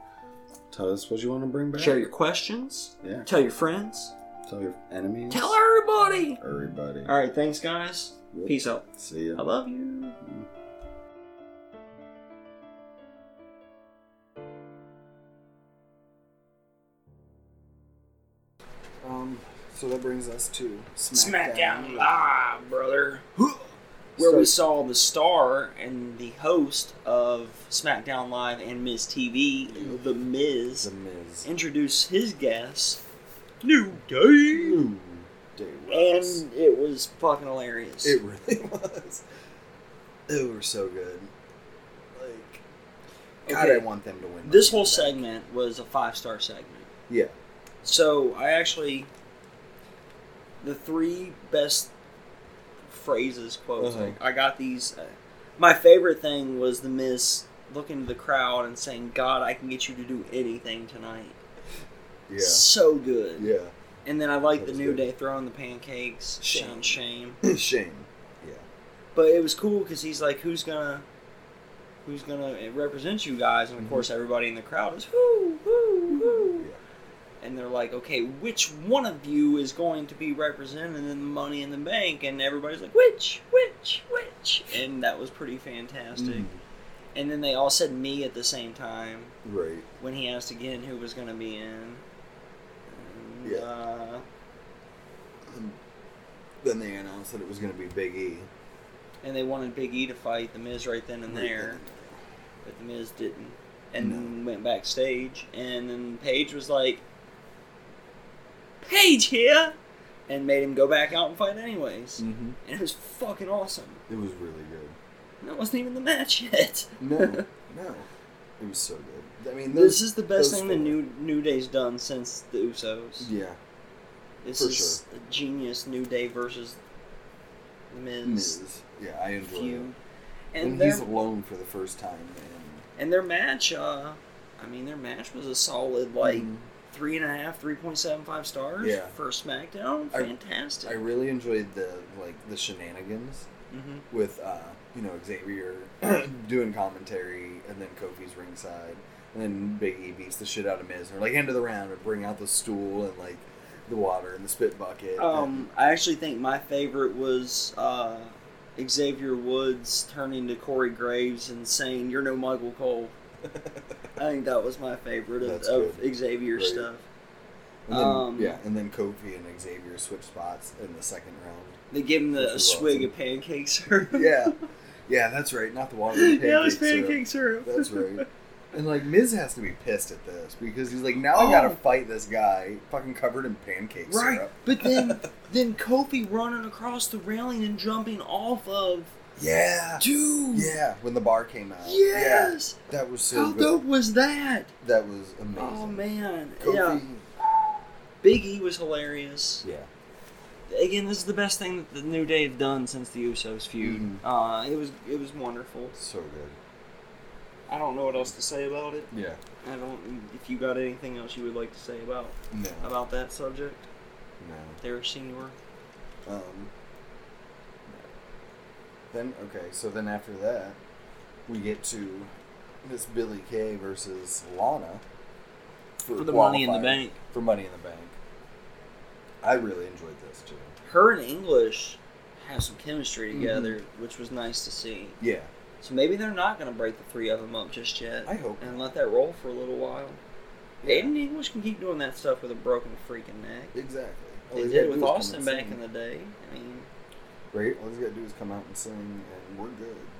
Speaker 1: tell us what you want to bring back.
Speaker 2: Share your questions.
Speaker 1: yeah,
Speaker 2: Tell your friends.
Speaker 1: tell your enemies.
Speaker 2: Tell everybody.
Speaker 1: everybody.
Speaker 2: All right, thanks, guys.
Speaker 1: Yep.
Speaker 2: Peace out.
Speaker 1: See ya.
Speaker 2: I love you.
Speaker 1: Um, so that brings us to
Speaker 2: SmackDown Live, Ah, brother. Where we saw the star and the host of SmackDown Live and Miz TV, The
Speaker 1: The
Speaker 2: Miz,
Speaker 1: Miz.
Speaker 2: introduce his guest, New Day.
Speaker 1: Ooh, day
Speaker 2: Hmm.
Speaker 1: was.
Speaker 2: And it was fucking hilarious.
Speaker 1: It really was. They were so good. Like, God,
Speaker 2: Okay.
Speaker 1: I want them to win.
Speaker 2: this whole segment was a five star segment.
Speaker 1: Yeah.
Speaker 2: So I actually, the three best phrases quotes
Speaker 1: Uh-huh.
Speaker 2: I, I got these. Uh, my favorite thing was the Miz looking to the crowd and saying, "God, I can get you to do anything tonight."
Speaker 1: Yeah.
Speaker 2: So good.
Speaker 1: Yeah.
Speaker 2: And then I like
Speaker 1: That
Speaker 2: the
Speaker 1: was
Speaker 2: New
Speaker 1: good.
Speaker 2: Day throwing the pancakes.
Speaker 1: Shame.
Speaker 2: Shame, shame.
Speaker 1: Shame. Yeah.
Speaker 2: But it was cool because he's like, "Who's gonna?" Who's gonna represent you guys? And of
Speaker 1: Mhm.
Speaker 2: course, everybody in the crowd is whoo, whoo, whoo
Speaker 1: Yeah.
Speaker 2: and they're like, okay, which one of you is going to be represented in the Money in the Bank? And everybody's like, which, which, which? And that was pretty fantastic.
Speaker 1: Mm,
Speaker 2: And then they all said me at the same time
Speaker 1: Mm, Right.
Speaker 2: when he asked again who was going to be in. And,
Speaker 1: Yeah.
Speaker 2: Uh,
Speaker 1: Then they announced that it was going to be Big E.
Speaker 2: and they wanted Big E to fight The Miz right then and there, but The Miz didn't. And
Speaker 1: No.
Speaker 2: then went backstage, and then Paige was like, Paige here! And made him go back out and fight anyways.
Speaker 1: Mm-hmm.
Speaker 2: and it was fucking awesome.
Speaker 1: It was really good.
Speaker 2: And that wasn't even the match yet.
Speaker 1: No. no. It was so good. I mean,
Speaker 2: This
Speaker 1: those,
Speaker 2: is the best
Speaker 1: those
Speaker 2: thing the
Speaker 1: four.
Speaker 2: new New Day's done since the Usos.
Speaker 1: Yeah.
Speaker 2: this
Speaker 1: for
Speaker 2: is a genius New Day versus the Miz,
Speaker 1: Miz. Yeah, I enjoyed
Speaker 2: feud,
Speaker 1: it.
Speaker 2: and
Speaker 1: And,
Speaker 2: their
Speaker 1: he's alone for the first time. And,
Speaker 2: and their match. Uh, I mean, their match was a solid like
Speaker 1: Mhm.
Speaker 2: three and a half, three point seven five stars
Speaker 1: Yeah.
Speaker 2: for SmackDown.
Speaker 1: I-
Speaker 2: Fantastic.
Speaker 1: I really enjoyed the like the shenanigans
Speaker 2: mm-hmm.
Speaker 1: with uh, you know Xavier doing commentary, and then Kofi's ringside, and then Big E beats the shit out of Miz. And they're like end of the round and bring out the stool and like the water and the spit bucket.
Speaker 2: Um, I actually think my favorite was uh, Xavier Woods turning to Corey Graves and saying, "You're no Michael Cole." I think that was my favorite of,
Speaker 1: That's
Speaker 2: of Xavier
Speaker 1: Great.
Speaker 2: stuff.
Speaker 1: and, and then,
Speaker 2: um,
Speaker 1: yeah, and then Kofi and Xavier switch spots in the second round.
Speaker 2: They give him
Speaker 1: This
Speaker 2: the a
Speaker 1: was
Speaker 2: swig
Speaker 1: awesome.
Speaker 2: of pancake syrup.
Speaker 1: Yeah, yeah, that's right. Not the water. the
Speaker 2: yeah, it was
Speaker 1: pancake syrup.
Speaker 2: pancake syrup.
Speaker 1: That's right. And like Miz has to be pissed at this because he's like, now
Speaker 2: Oh.
Speaker 1: I gotta fight this guy, fucking covered in pancake
Speaker 2: Right,
Speaker 1: syrup.
Speaker 2: but then then Kofi running across the railing and jumping off of
Speaker 1: Yeah.
Speaker 2: dude.
Speaker 1: Yeah, when the bar came out.
Speaker 2: Yes.
Speaker 1: Yeah, that was so
Speaker 2: How
Speaker 1: good.
Speaker 2: dope was that?
Speaker 1: That was amazing.
Speaker 2: Oh man. Yeah.
Speaker 1: Kofi.
Speaker 2: Big E was hilarious.
Speaker 1: Yeah.
Speaker 2: again, this is the best thing that the New Day have done since the Usos feud.
Speaker 1: Mhm.
Speaker 2: Uh, it was it was wonderful.
Speaker 1: So good.
Speaker 2: I don't know what else to say about it.
Speaker 1: Yeah.
Speaker 2: I don't. If you got anything else you would like to say about
Speaker 1: No.
Speaker 2: about that subject,
Speaker 1: No.
Speaker 2: there, Senior.
Speaker 1: Um. no. Then okay, so then after that, we get to Miss Billy Kay versus Lana
Speaker 2: For the Money in the
Speaker 1: qualifying-
Speaker 2: Bank.
Speaker 1: For Money in the Bank. I really enjoyed this too.
Speaker 2: Her and English have some chemistry together, which was nice to see.
Speaker 1: Yeah,
Speaker 2: So maybe they're not going to break the three of them up just yet,
Speaker 1: I hope.
Speaker 2: and let that roll for a little while.
Speaker 1: Yeah.
Speaker 2: Aiden English can keep doing that stuff with a broken freaking neck.
Speaker 1: Exactly. All
Speaker 2: They
Speaker 1: he's
Speaker 2: did
Speaker 1: gotta
Speaker 2: with
Speaker 1: do is come
Speaker 2: Austin
Speaker 1: and
Speaker 2: back
Speaker 1: sing.
Speaker 2: in the day. I mean,
Speaker 1: Right? All he's got to do is come out and sing, and we're good. Like,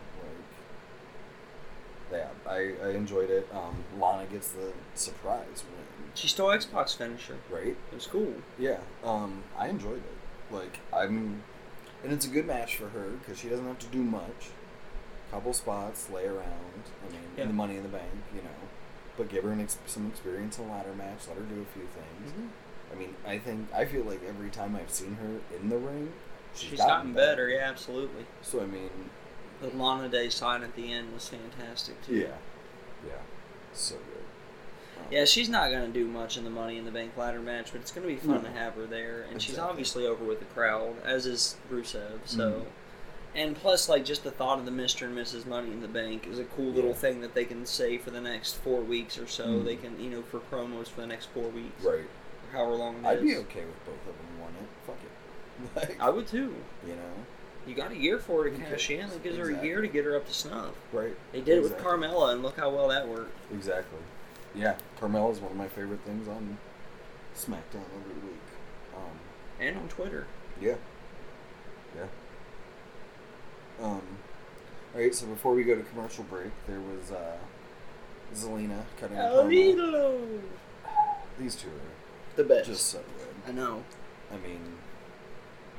Speaker 1: yeah, I, I enjoyed it. Um, Lana gets the surprise win,
Speaker 2: she stole Xbox finisher.
Speaker 1: right?
Speaker 2: It was cool.
Speaker 1: Yeah. Um, I enjoyed it. Like, I'm, and it's a good match for her because she doesn't have to do much. couple spots, lay around. I mean,
Speaker 2: Yeah.
Speaker 1: the money in the bank, you know. But give her an ex- some experience in ladder match. Let her do a few things.
Speaker 2: Mm-hmm.
Speaker 1: I mean, I think I feel like every time I've seen her in the ring,
Speaker 2: She's gotten better. Yeah, absolutely.
Speaker 1: So I mean,
Speaker 2: The Lana Day sign at the end was fantastic too.
Speaker 1: yeah, yeah, so good. Um,
Speaker 2: Yeah, she's not going to do much in the Money in the Bank ladder match, but it's going to be fun
Speaker 1: No.
Speaker 2: to have her there. And she's
Speaker 1: Exactly.
Speaker 2: obviously over with the crowd, as is Rusev. So,
Speaker 1: Mhm.
Speaker 2: and plus, like just the thought of the Mister and Mrs. Money in the Bank is a cool little
Speaker 1: Yeah.
Speaker 2: thing that they can say for the next four weeks or so.
Speaker 1: Mhm.
Speaker 2: They can, you know, for promos for the next four weeks,
Speaker 1: right.
Speaker 2: or however long. it
Speaker 1: I'd be
Speaker 2: is.
Speaker 1: okay with both of them wanting it. Fuck it, like
Speaker 2: I would too.
Speaker 1: you know,
Speaker 2: You got a year for her to
Speaker 1: Okay.
Speaker 2: cash in. It gives her a
Speaker 1: Exactly.
Speaker 2: year to get her up to snuff.
Speaker 1: right?
Speaker 2: They did it
Speaker 1: Exactly.
Speaker 2: with Carmella, and look how well that worked.
Speaker 1: Exactly. Yeah, Carmella is one of my favorite things on SmackDown every week. Um,
Speaker 2: And on Twitter.
Speaker 1: Yeah. Yeah. Um, all right. So before we go to commercial break, there was uh, Zelina cutting a
Speaker 2: Oh,
Speaker 1: promo. These two are
Speaker 2: The best.
Speaker 1: just so good.
Speaker 2: I know.
Speaker 1: I mean,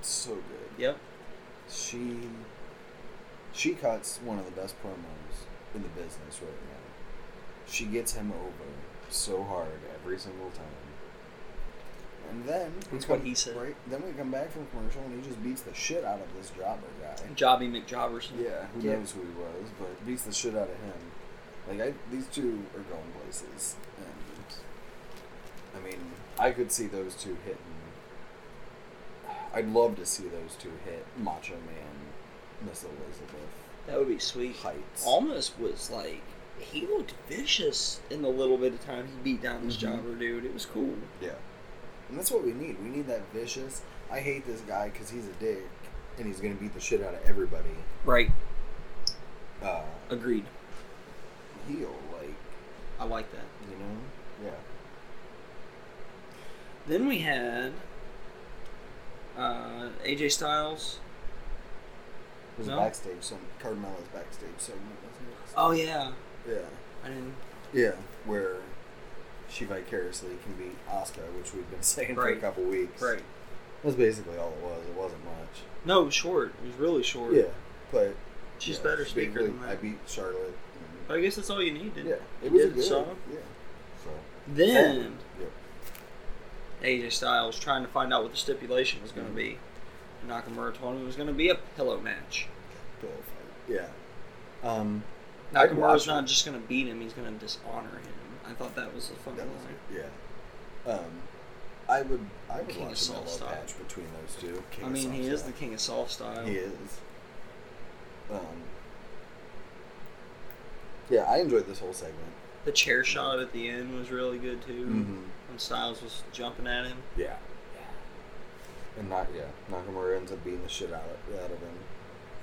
Speaker 1: so good.
Speaker 2: Yep.
Speaker 1: She she cuts one of the best promos in the business right now. She gets him over so hard every single time. And then we
Speaker 2: That's what
Speaker 1: come-
Speaker 2: he said.
Speaker 1: Right. Then we come back from commercial and he just beats the shit out of this jobber guy.
Speaker 2: Jobby McJobberson.
Speaker 1: Yeah, who
Speaker 2: Yeah.
Speaker 1: knows who he was, but beats the shit out of him. Like I, these two are going places, and I mean, I could see those two hitting. I'd love to see those two hit Macho Man, Miss Elizabeth
Speaker 2: That would be sweet.
Speaker 1: heights.
Speaker 2: Almost was like he looked vicious in the little bit of time he beat down this
Speaker 1: Mhm.
Speaker 2: jobber dude. It was cool.
Speaker 1: yeah, and that's what we need. We need that vicious. I hate this guy because he's a dick, and he's gonna beat the shit out of everybody.
Speaker 2: Right.
Speaker 1: Uh,
Speaker 2: Agreed.
Speaker 1: heel, like
Speaker 2: I like that.
Speaker 1: you know, yeah,
Speaker 2: Then we had uh, AJ Styles.
Speaker 1: it was
Speaker 2: No?
Speaker 1: a backstage. Some Carmella's backstage segment. Wasn't it?
Speaker 2: Oh yeah.
Speaker 1: Yeah.
Speaker 2: I didn't.
Speaker 1: Yeah. Where she vicariously can beat Oscar, which we've been saying for a
Speaker 2: Right.
Speaker 1: couple weeks.
Speaker 2: Right.
Speaker 1: That's basically all it was. It wasn't much.
Speaker 2: No, it was short. It was really short.
Speaker 1: Yeah. But
Speaker 2: She's
Speaker 1: yeah,
Speaker 2: better
Speaker 1: she
Speaker 2: speaker
Speaker 1: beat-
Speaker 2: than that.
Speaker 1: I beat Charlotte. and-
Speaker 2: But I guess that's all Oh, you needed.
Speaker 1: yeah. It
Speaker 2: you
Speaker 1: was a
Speaker 2: did
Speaker 1: good.
Speaker 2: solid.
Speaker 1: Yeah. So.
Speaker 2: Then
Speaker 1: Yeah.
Speaker 2: AJ Styles trying to find out what the stipulation was going to
Speaker 1: Mhm.
Speaker 2: be. Nakamura told him it was going to be a pillow match.
Speaker 1: Pillow fight. Yeah. Um. I'd watch
Speaker 2: Nakamura's
Speaker 1: it.
Speaker 2: not just going to beat him; he's going to dishonor him. I thought Oh, that was a fun
Speaker 1: That
Speaker 2: line.
Speaker 1: was good. Yeah. Um. I would. I would
Speaker 2: King of
Speaker 1: watch a
Speaker 2: Soft
Speaker 1: love
Speaker 2: Style.
Speaker 1: patch between those two. King
Speaker 2: I
Speaker 1: of
Speaker 2: mean,
Speaker 1: Soft
Speaker 2: he is the
Speaker 1: Style.
Speaker 2: king of soft style.
Speaker 1: He is. Um. Yeah, I enjoyed this whole segment.
Speaker 2: The chair shot at the end was really good too.
Speaker 1: Mm-hmm.
Speaker 2: When Styles was jumping at him,
Speaker 1: Yeah. And not yeah, Nakamura ends up beating the shit out of, out of him.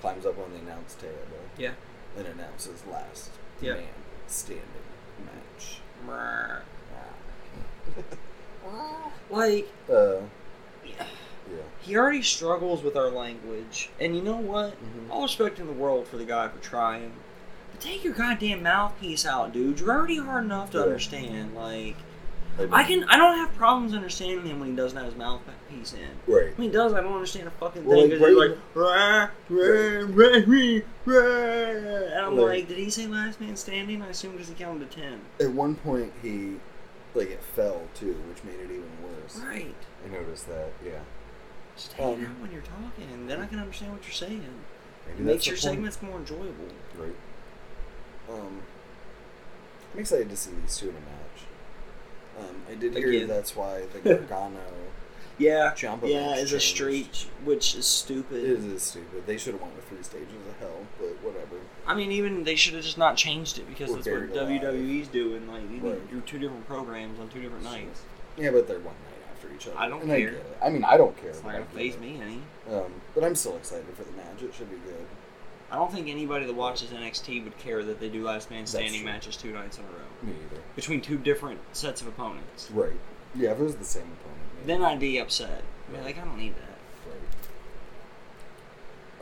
Speaker 1: Climbs up on the announce table.
Speaker 2: Yeah.
Speaker 1: And announces last
Speaker 2: Yeah.
Speaker 1: man standing match.
Speaker 2: Brrr. like
Speaker 1: Uh.
Speaker 2: Yeah.
Speaker 1: Yeah.
Speaker 2: he already struggles with our language, and you know what?
Speaker 1: Mhm.
Speaker 2: All respect in the world for the guy for trying, but take your goddamn mouthpiece out, dude. You're already hard enough to
Speaker 1: Yeah.
Speaker 2: understand. Like I can, I don't have problems understanding him when he doesn't have his mouthpiece in.
Speaker 1: Right.
Speaker 2: When he does, I don't understand a fucking
Speaker 1: Well,
Speaker 2: thing
Speaker 1: like,
Speaker 2: because he's
Speaker 1: right-
Speaker 2: like, rah, rah, rah, rah, rah. and I'm
Speaker 1: Like-
Speaker 2: like, did he say last man standing? I assume because he counted to ten.
Speaker 1: At one point, he like it fell too, which made it even worse.
Speaker 2: Right.
Speaker 1: I noticed that. Yeah.
Speaker 2: Just take it
Speaker 1: Um,
Speaker 2: out when you're talking, and then I can understand what you're saying. It
Speaker 1: Maybe that's
Speaker 2: makes your
Speaker 1: the point.
Speaker 2: segments more enjoyable.
Speaker 1: Right. Um, I'm excited to see these two in a match. Um, I did hear
Speaker 2: Again.
Speaker 1: that's why the Gargano
Speaker 2: Yeah.
Speaker 1: Ciampa
Speaker 2: Yeah,
Speaker 1: match
Speaker 2: is a
Speaker 1: changed.
Speaker 2: street, which is
Speaker 1: It
Speaker 2: stupid.
Speaker 1: is is stupid. They should have went with three stages of hell, but whatever.
Speaker 2: I mean, even they should have just not changed it because
Speaker 1: Or
Speaker 2: that's what
Speaker 1: buried alive.
Speaker 2: WWE's doing. Like, you
Speaker 1: Right.
Speaker 2: do two different programs on two different nights.
Speaker 1: Yeah, but they're one night after each other.
Speaker 2: I don't
Speaker 1: and
Speaker 2: care.
Speaker 1: I, get it. I mean, I don't care.
Speaker 2: It's
Speaker 1: but
Speaker 2: not
Speaker 1: I
Speaker 2: gonna
Speaker 1: get
Speaker 2: phase
Speaker 1: it.
Speaker 2: me any.
Speaker 1: Um, but I'm still excited for the match. It should be good.
Speaker 2: I don't think anybody that watches NXT would care that they do last man standing
Speaker 1: true.
Speaker 2: matches two nights in a row
Speaker 1: Me either.
Speaker 2: between two different sets of opponents.
Speaker 1: Right. Yeah, if it was the same opponent. maybe.
Speaker 2: Then I'd be upset. I'd be like, I don't need that.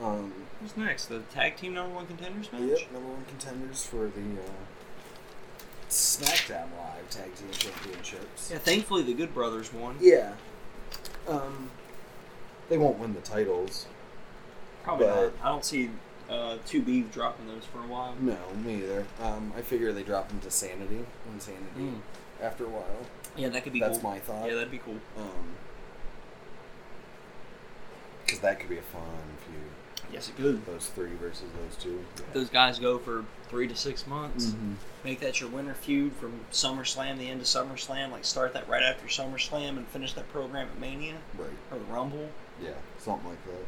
Speaker 1: Right. Um.
Speaker 2: What's next? The tag team number one contenders match?
Speaker 1: Yep, number one contenders for the uh, SmackDown Live Tag Team Championships.
Speaker 2: Yeah, thankfully the Good Brothers won.
Speaker 1: Yeah. Um, they won't win the titles.
Speaker 2: Probably
Speaker 1: but-
Speaker 2: not. I don't see uh, Two Beef dropping those for a while.
Speaker 1: No, me either. Um, I figure they drop into Sanity, Insanity,
Speaker 2: Mm.
Speaker 1: after a while.
Speaker 2: Yeah, that could be
Speaker 1: That's
Speaker 2: cool.
Speaker 1: my thought. Um,
Speaker 2: yeah, that'd be cool.
Speaker 1: Because that could be a fun feud.
Speaker 2: Yes, it could.
Speaker 1: Those three versus those two.
Speaker 2: Those guys go for three to six months.
Speaker 1: Mm-hmm.
Speaker 2: Make that your winter feud from SummerSlam, the end of SummerSlam. Like start that right after SummerSlam and finish that program at Mania
Speaker 1: Right.
Speaker 2: or the Rumble.
Speaker 1: Yeah, something like that.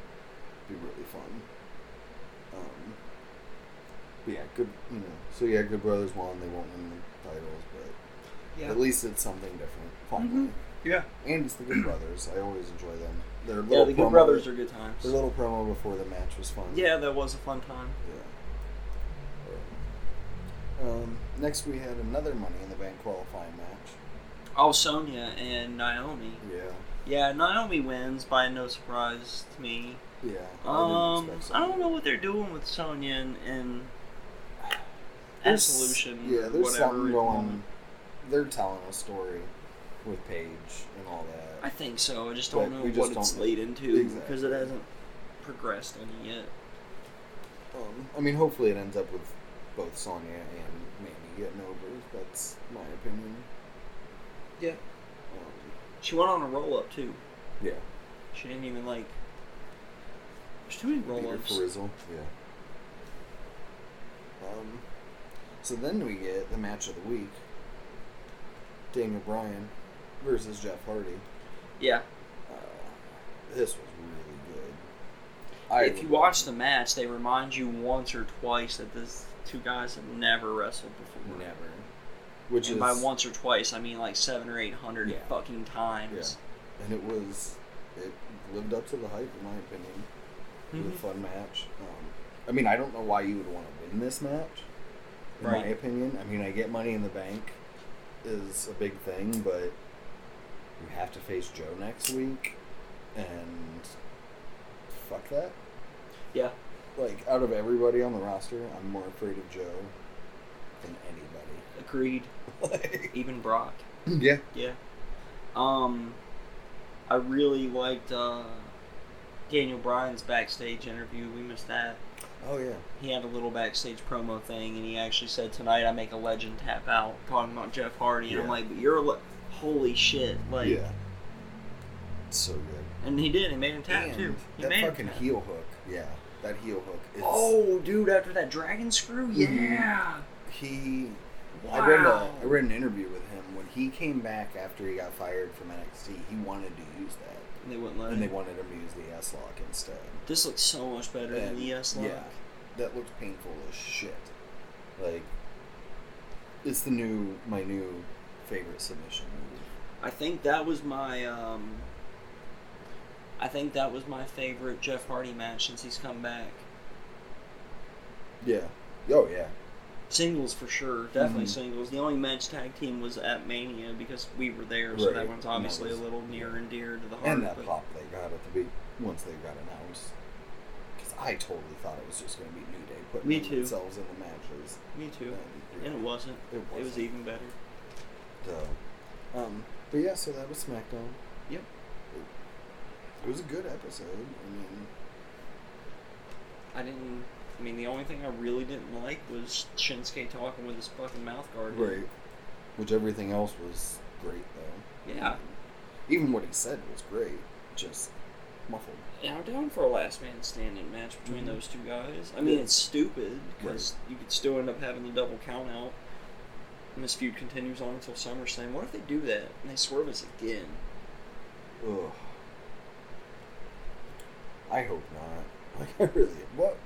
Speaker 1: Be really fun. Um, but yeah, good. You know, so yeah, Good Brothers won. They won't win the titles, but at least it's something different. Finally,
Speaker 2: yeah.
Speaker 1: and it's the Good Brothers. I always enjoy them. Their little
Speaker 2: Mm-hmm. Yeah, the Good
Speaker 1: promo-
Speaker 2: Brothers are good times.
Speaker 1: Their little promo before the match was fun.
Speaker 2: Yeah, that was a fun time.
Speaker 1: Yeah. Um, next, we had another Money in the Bank qualifying match.
Speaker 2: Oh, Sonya and Naomi.
Speaker 1: Yeah.
Speaker 2: Yeah, Naomi wins by no surprise to me.
Speaker 1: Yeah. I,
Speaker 2: Um,
Speaker 1: didn't expect
Speaker 2: I don't
Speaker 1: something.
Speaker 2: know what they're doing with Sonya and, and
Speaker 1: There's-
Speaker 2: Absolution.
Speaker 1: Yeah, there's
Speaker 2: whatever
Speaker 1: something
Speaker 2: it's
Speaker 1: going. They're telling a story with Paige and all that.
Speaker 2: I think so. I just don't
Speaker 1: But
Speaker 2: know
Speaker 1: we
Speaker 2: what
Speaker 1: just
Speaker 2: it's
Speaker 1: don't know.
Speaker 2: lead into
Speaker 1: Exactly.
Speaker 2: because it hasn't progressed any yet.
Speaker 1: Um, I mean, hopefully it ends up with both Sonya and Mandy getting over. That's my opinion.
Speaker 2: Yeah.
Speaker 1: Um,
Speaker 2: She went on a roll up too.
Speaker 1: yeah.
Speaker 2: She didn't even like. There's too many roll
Speaker 1: Peter
Speaker 2: ups.
Speaker 1: Frizzle. Yeah. Um, so then we get the match of the week: Daniel Bryan versus Jeff Hardy.
Speaker 2: Yeah.
Speaker 1: Uh, this was really good. I
Speaker 2: if you
Speaker 1: would-
Speaker 2: watch the match, they remind you once or twice that these two guys have never wrestled before.
Speaker 1: never, which
Speaker 2: and
Speaker 1: is
Speaker 2: by once or twice, I mean like seven or eight hundred
Speaker 1: Yeah.
Speaker 2: fucking times.
Speaker 1: and it was it lived up to the hype in my opinion. It was
Speaker 2: Mhm.
Speaker 1: a fun match. Um, I mean, I don't know why you would want to win this match. In
Speaker 2: Right.
Speaker 1: my opinion, I mean, I get Money in the Bank is a big thing, but you have to face Joe next week, and fuck that.
Speaker 2: Yeah.
Speaker 1: Like out of everybody on the roster, I'm more afraid of Joe than
Speaker 2: Agreed.
Speaker 1: anybody.
Speaker 2: Even Brock.
Speaker 1: yeah.
Speaker 2: Yeah. Um, I really liked uh, Daniel Bryan's backstage interview. We missed that.
Speaker 1: Oh yeah.
Speaker 2: He had a little backstage promo thing, and he actually said, "Tonight I make a legend tap out," talking about Jeff Hardy. And I'm
Speaker 1: Yeah.
Speaker 2: like, "But you're a le- holy shit!" Like,
Speaker 1: yeah. So good.
Speaker 2: and he did. He made him tap too. He
Speaker 1: that
Speaker 2: made him
Speaker 1: fucking
Speaker 2: tap.
Speaker 1: heel hook. Yeah. That heel hook is.
Speaker 2: Oh, dude! After that dragon screw,
Speaker 1: Mhm.
Speaker 2: yeah.
Speaker 1: He
Speaker 2: Wow.
Speaker 1: I read a I read an interview with him when he came back after he got fired from NXT. He wanted to use that,
Speaker 2: And they wouldn't let
Speaker 1: and they
Speaker 2: him.
Speaker 1: wanted him to use the S lock instead.
Speaker 2: This looks so much better than
Speaker 1: And-
Speaker 2: the E S lock.
Speaker 1: Yeah, that looks painful as shit. Like, it's the new my new favorite submission move.
Speaker 2: I think that was my um I think that was my favorite Jeff Hardy match since he's come back.
Speaker 1: Yeah. Oh yeah.
Speaker 2: Singles for sure, definitely
Speaker 1: Mhm.
Speaker 2: singles. The only match tag team was at Mania because we were there, so that
Speaker 1: Right.
Speaker 2: one's obviously
Speaker 1: That was-
Speaker 2: a little near and dear to the heart.
Speaker 1: And that
Speaker 2: but-
Speaker 1: pop they got at the big once they got announced. Because I totally thought it was just going to be New Day putting
Speaker 2: Me too.
Speaker 1: themselves in the matches.
Speaker 2: Me too.
Speaker 1: And,
Speaker 2: And it wasn't.
Speaker 1: It
Speaker 2: It was
Speaker 1: wasn't.
Speaker 2: even better.
Speaker 1: So, um, but yeah, so that was SmackDown.
Speaker 2: Yep.
Speaker 1: It, it was a good episode. I mean,
Speaker 2: I didn't I mean the only thing I really didn't like was Shinsuke talking with his fucking mouth guard. in.
Speaker 1: Which everything else was great though.
Speaker 2: Yeah.
Speaker 1: Even what he said was great, just muffled.
Speaker 2: Yeah, I'm down for a last man standing match between
Speaker 1: Mhm.
Speaker 2: those two guys. I mean,
Speaker 1: Yeah.
Speaker 2: it's stupid because you could still end up having the double count out, and this feud continues on until SummerSlam. What if they do that and they swerve us again?
Speaker 1: Ugh. I hope not. Like I really what?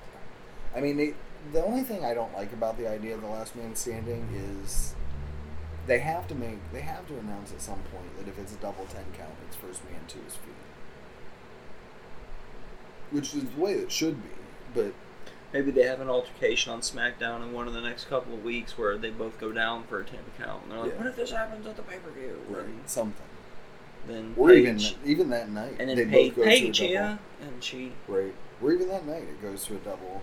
Speaker 1: I mean, they, the only thing I don't like about the idea of the last man standing is they have to make they have to announce at some point that if it's a double ten count, it's first man to his feet, which is the way it should be. But
Speaker 2: Maybe they have an altercation on SmackDown in one of the next couple of weeks where they both go down for a ten count, and they're like,
Speaker 1: Yeah.
Speaker 2: "What if this happens at the pay per view?"
Speaker 1: something,
Speaker 2: Then
Speaker 1: or even
Speaker 2: Paige,
Speaker 1: even that night,
Speaker 2: and then
Speaker 1: they
Speaker 2: Paige,
Speaker 1: both go
Speaker 2: Paige
Speaker 1: to a double.
Speaker 2: yeah, and she.
Speaker 1: Right. Or even that night, it goes to a double.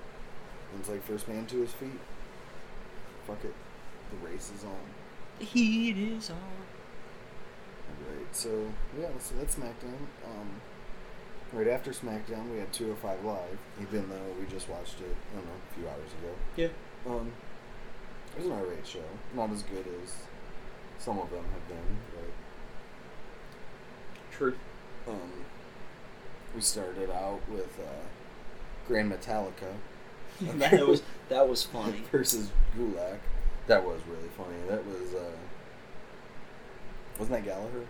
Speaker 1: And it's like first man to his feet. Fuck it. The race is on.
Speaker 2: The heat is on.
Speaker 1: Right. So yeah, so that's SmackDown. Um, Right after SmackDown, we had 205 Live, even though we just watched it, I don't know, a few hours ago.
Speaker 2: Yeah.
Speaker 1: Um, it was an alright show. Not as good as some of them have been,
Speaker 2: True.
Speaker 1: but um, we started out with uh, Grand Metallica
Speaker 2: that was that was funny.
Speaker 1: versus Gulak. That was really funny. That was uh, wasn't that Gallagher?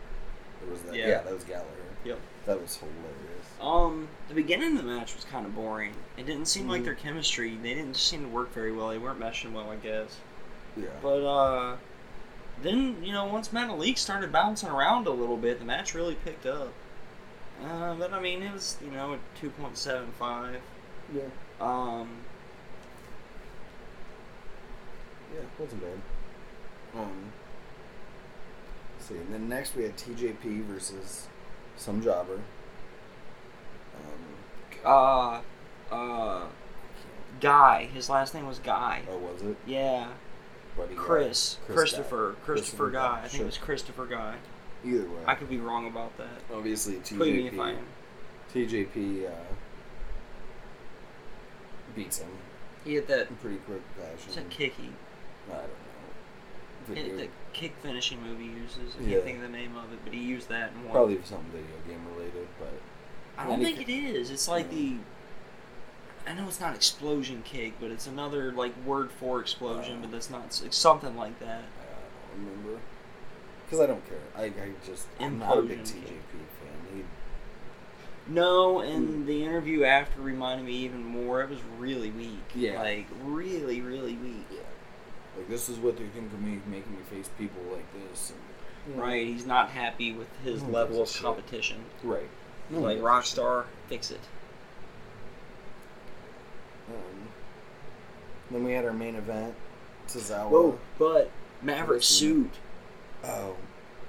Speaker 1: Or was that
Speaker 2: Yeah.
Speaker 1: that was Gallagher.
Speaker 2: Yep.
Speaker 1: That was hilarious.
Speaker 2: Um, the beginning of the match was kind of boring. It didn't seem like
Speaker 1: Mhm.
Speaker 2: their chemistry. They didn't seem to work very well. They weren't meshing well, I guess.
Speaker 1: Yeah.
Speaker 2: But uh, then you know, once Metalik started bouncing around a little bit, the match really picked up. Uh, but I mean, it was you know at two point seven five.
Speaker 1: Yeah.
Speaker 2: Um,
Speaker 1: Yeah, wasn't bad. Um, let's see, and then next we had TJP versus some jobber. Um,
Speaker 2: uh, uh, Guy. His last name was Guy.
Speaker 1: oh, was it
Speaker 2: Yeah,
Speaker 1: Buddy Guy?
Speaker 2: Chris,
Speaker 1: Chris
Speaker 2: Christopher,
Speaker 1: Guy.
Speaker 2: Christopher
Speaker 1: Christopher
Speaker 2: Guy.
Speaker 1: Guy,
Speaker 2: I think
Speaker 1: sure.
Speaker 2: it was Christopher Guy.
Speaker 1: Either way,
Speaker 2: I could be wrong about that.
Speaker 1: obviously
Speaker 2: Tweet me if I
Speaker 1: TJP.
Speaker 2: am.
Speaker 1: TJP uh, beats him
Speaker 2: He hit that.
Speaker 1: in pretty quick
Speaker 2: It's a
Speaker 1: fashion.
Speaker 2: kicky.
Speaker 1: I don't know.
Speaker 2: He
Speaker 1: Video-
Speaker 2: hit the kick finishing move he uses. I can't
Speaker 1: Yeah.
Speaker 2: think of the name of it, but he used that in one.
Speaker 1: probably something video game related, but
Speaker 2: I don't
Speaker 1: Any
Speaker 2: think it is. It's like the. I know it's not explosion kick, but it's another like word for explosion, but that's not it's something like that.
Speaker 1: I don't remember because I don't care. I, I just I'm not a big
Speaker 2: Implosion.
Speaker 1: TJP fan. He
Speaker 2: No,
Speaker 1: Hmm.
Speaker 2: and the interview after reminded me even more. It was really weak.
Speaker 1: Yeah.
Speaker 2: like really, really weak.
Speaker 1: Yeah. Like this is what they think of me making me face people like this. And,
Speaker 2: Right, he's not happy with his
Speaker 1: No,
Speaker 2: level of
Speaker 1: that's true.
Speaker 2: competition.
Speaker 1: Right.
Speaker 2: Like Rockstar, fix it.
Speaker 1: Um, then we had our main event, Tozawa.
Speaker 2: but Maverick
Speaker 1: Listen.
Speaker 2: suit,
Speaker 1: Oh,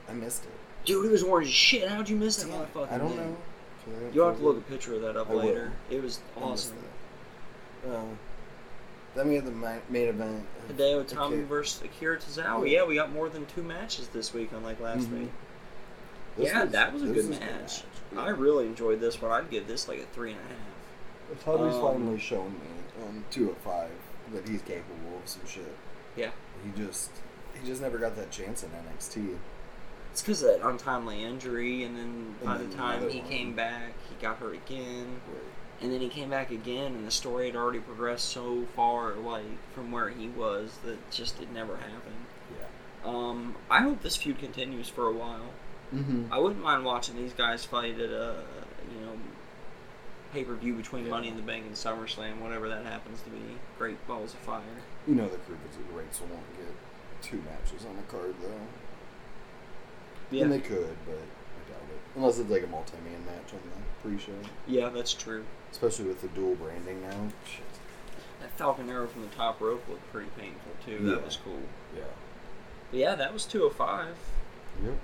Speaker 1: I missed it.
Speaker 2: dude, it was orange as shit. How'd you miss that motherfucking
Speaker 1: I don't
Speaker 2: thing?
Speaker 1: know.
Speaker 2: You'll have to look a picture of that up
Speaker 1: I will.
Speaker 2: later. It was
Speaker 1: I missed
Speaker 2: awesome.
Speaker 1: that. Uh, then we had the mi- main event. of-
Speaker 2: Hideo Tommy
Speaker 1: Okay.
Speaker 2: versus Akira Tozawa. Yeah, we got more than two matches this week, unlike last
Speaker 1: Mhm.
Speaker 2: week.
Speaker 1: This
Speaker 2: yeah, that was a
Speaker 1: this
Speaker 2: good
Speaker 1: was a
Speaker 2: match.
Speaker 1: Yeah.
Speaker 2: I really enjoyed this one. I'd give this like a three and a half.
Speaker 1: Tommy's
Speaker 2: Um,
Speaker 1: finally shown me um, two of five that he's capable of some shit.
Speaker 2: Yeah.
Speaker 1: He just he just never got that chance in NXT.
Speaker 2: It's because of that untimely injury, and then by
Speaker 1: And
Speaker 2: the
Speaker 1: then
Speaker 2: time
Speaker 1: another
Speaker 2: he
Speaker 1: one.
Speaker 2: came back, he got hurt again,
Speaker 1: Where,
Speaker 2: and then he came back again, and the story had already progressed so far, like from where he was, that just it never happened.
Speaker 1: yeah.
Speaker 2: Um, I hope this feud continues for a while.
Speaker 1: Mm-hmm.
Speaker 2: I wouldn't mind watching these guys fight at a you know pay per view between
Speaker 1: Yeah.
Speaker 2: Money in the Bank and SummerSlam, whatever that happens to be. Great balls of fire.
Speaker 1: You know the Cruiserweights rates won't get two matches on the card though.
Speaker 2: Yeah,
Speaker 1: And they could, but I doubt it. Unless it's like a multi-man match on the pre-show,
Speaker 2: yeah, that's true.
Speaker 1: especially with the dual branding now. Shit.
Speaker 2: That Falcon Arrow from the top rope looked pretty painful too. That
Speaker 1: Yeah.
Speaker 2: was cool.
Speaker 1: Yeah.
Speaker 2: But yeah, that was 205.
Speaker 1: Yep.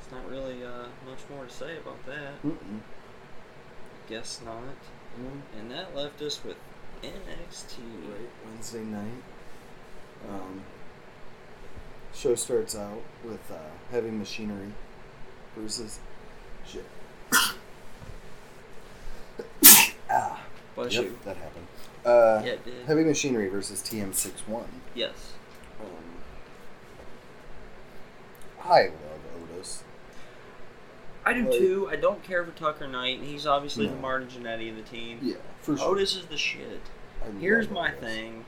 Speaker 2: It's not really uh, much more to say about that.
Speaker 1: Mm-mm.
Speaker 2: Guess not.
Speaker 1: Mm.
Speaker 2: And that left us with NXT.
Speaker 1: Right. Wednesday night. Um. Show starts out with uh, heavy machinery versus shit. ah.
Speaker 2: Bless
Speaker 1: yep,
Speaker 2: you.
Speaker 1: that happened. Uh,
Speaker 2: Yeah, it did.
Speaker 1: Heavy machinery versus TM61.
Speaker 2: Yes.
Speaker 1: Um, I love Otis.
Speaker 2: I do
Speaker 1: Like-
Speaker 2: too. I don't care for Tucker Knight. He's obviously the
Speaker 1: No.
Speaker 2: Martin Jannetty of the team.
Speaker 1: Yeah, for sure.
Speaker 2: Otis is the shit.
Speaker 1: I love
Speaker 2: Here's my
Speaker 1: Otis.
Speaker 2: thing.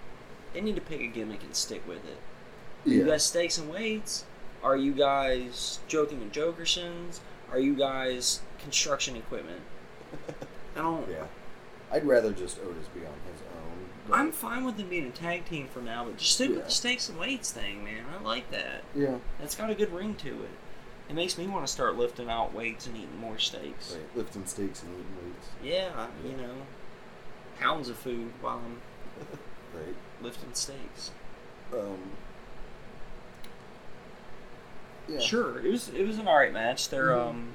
Speaker 2: They need to pick a gimmick and stick with it.
Speaker 1: Yeah.
Speaker 2: You guys stakes and weights? Are you guys joking and jokersons? Are you guys construction equipment? I don't.
Speaker 1: yeah. I'd rather just Otis be on his own. but-
Speaker 2: I'm fine with them being a tag team for now, but just stick with
Speaker 1: Yeah.
Speaker 2: the stakes and weights thing, man. I like that.
Speaker 1: Yeah.
Speaker 2: That's got a good ring to it. It makes me want to start lifting out weights and eating more steaks.
Speaker 1: Right, lifting steaks and eating weights.
Speaker 2: Yeah, you
Speaker 1: Yeah.
Speaker 2: know, pounds of food while I'm
Speaker 1: Right.
Speaker 2: lifting steaks.
Speaker 1: Um. Yeah. Mm-hmm.
Speaker 2: Sure, it was it was an alright match. They're um,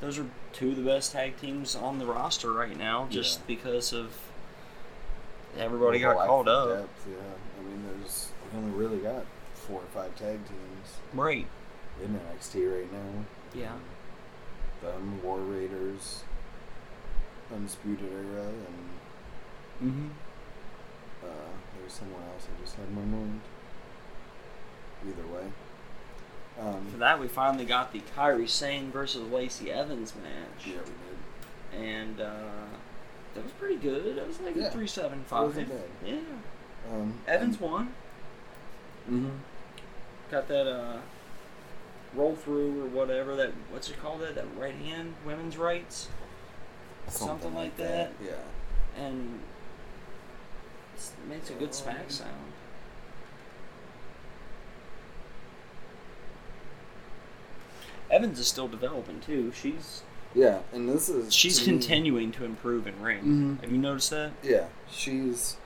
Speaker 2: those are two of the best tag teams on the roster right now, just
Speaker 1: Yeah.
Speaker 2: because of everybody got
Speaker 1: Well, I
Speaker 2: called
Speaker 1: think
Speaker 2: up.
Speaker 1: Depth, yeah. I mean, there's I've only really got four or five tag teams
Speaker 2: Right?
Speaker 1: in NXT right now.
Speaker 2: Yeah.
Speaker 1: Them War Raiders, Undisputed Era, and
Speaker 3: Mm-hmm.
Speaker 1: uh, there's someone else I just had in my mind. Either way,
Speaker 2: For
Speaker 1: um,
Speaker 2: that, we finally got the Kyrie Sane versus Lacey Evans match,
Speaker 1: yeah, we did.
Speaker 2: and uh, that was pretty good. That was like
Speaker 1: Yeah.
Speaker 2: a three seven
Speaker 1: Wasn't
Speaker 2: five.
Speaker 1: bad.
Speaker 2: Yeah,
Speaker 1: Um,
Speaker 2: Evans won.
Speaker 1: Mm-hmm.
Speaker 2: Got that uh, roll through or whatever. That what's it called? That that right hand women's rights, something, like that,
Speaker 1: Yeah.
Speaker 2: and it's, makes a good smack sound. Evans is still developing too. She's
Speaker 1: Yeah, and this is
Speaker 2: She's
Speaker 1: to me-
Speaker 2: continuing to improve in ring.
Speaker 1: Mhm.
Speaker 2: Have you noticed that?
Speaker 1: Yeah, she's.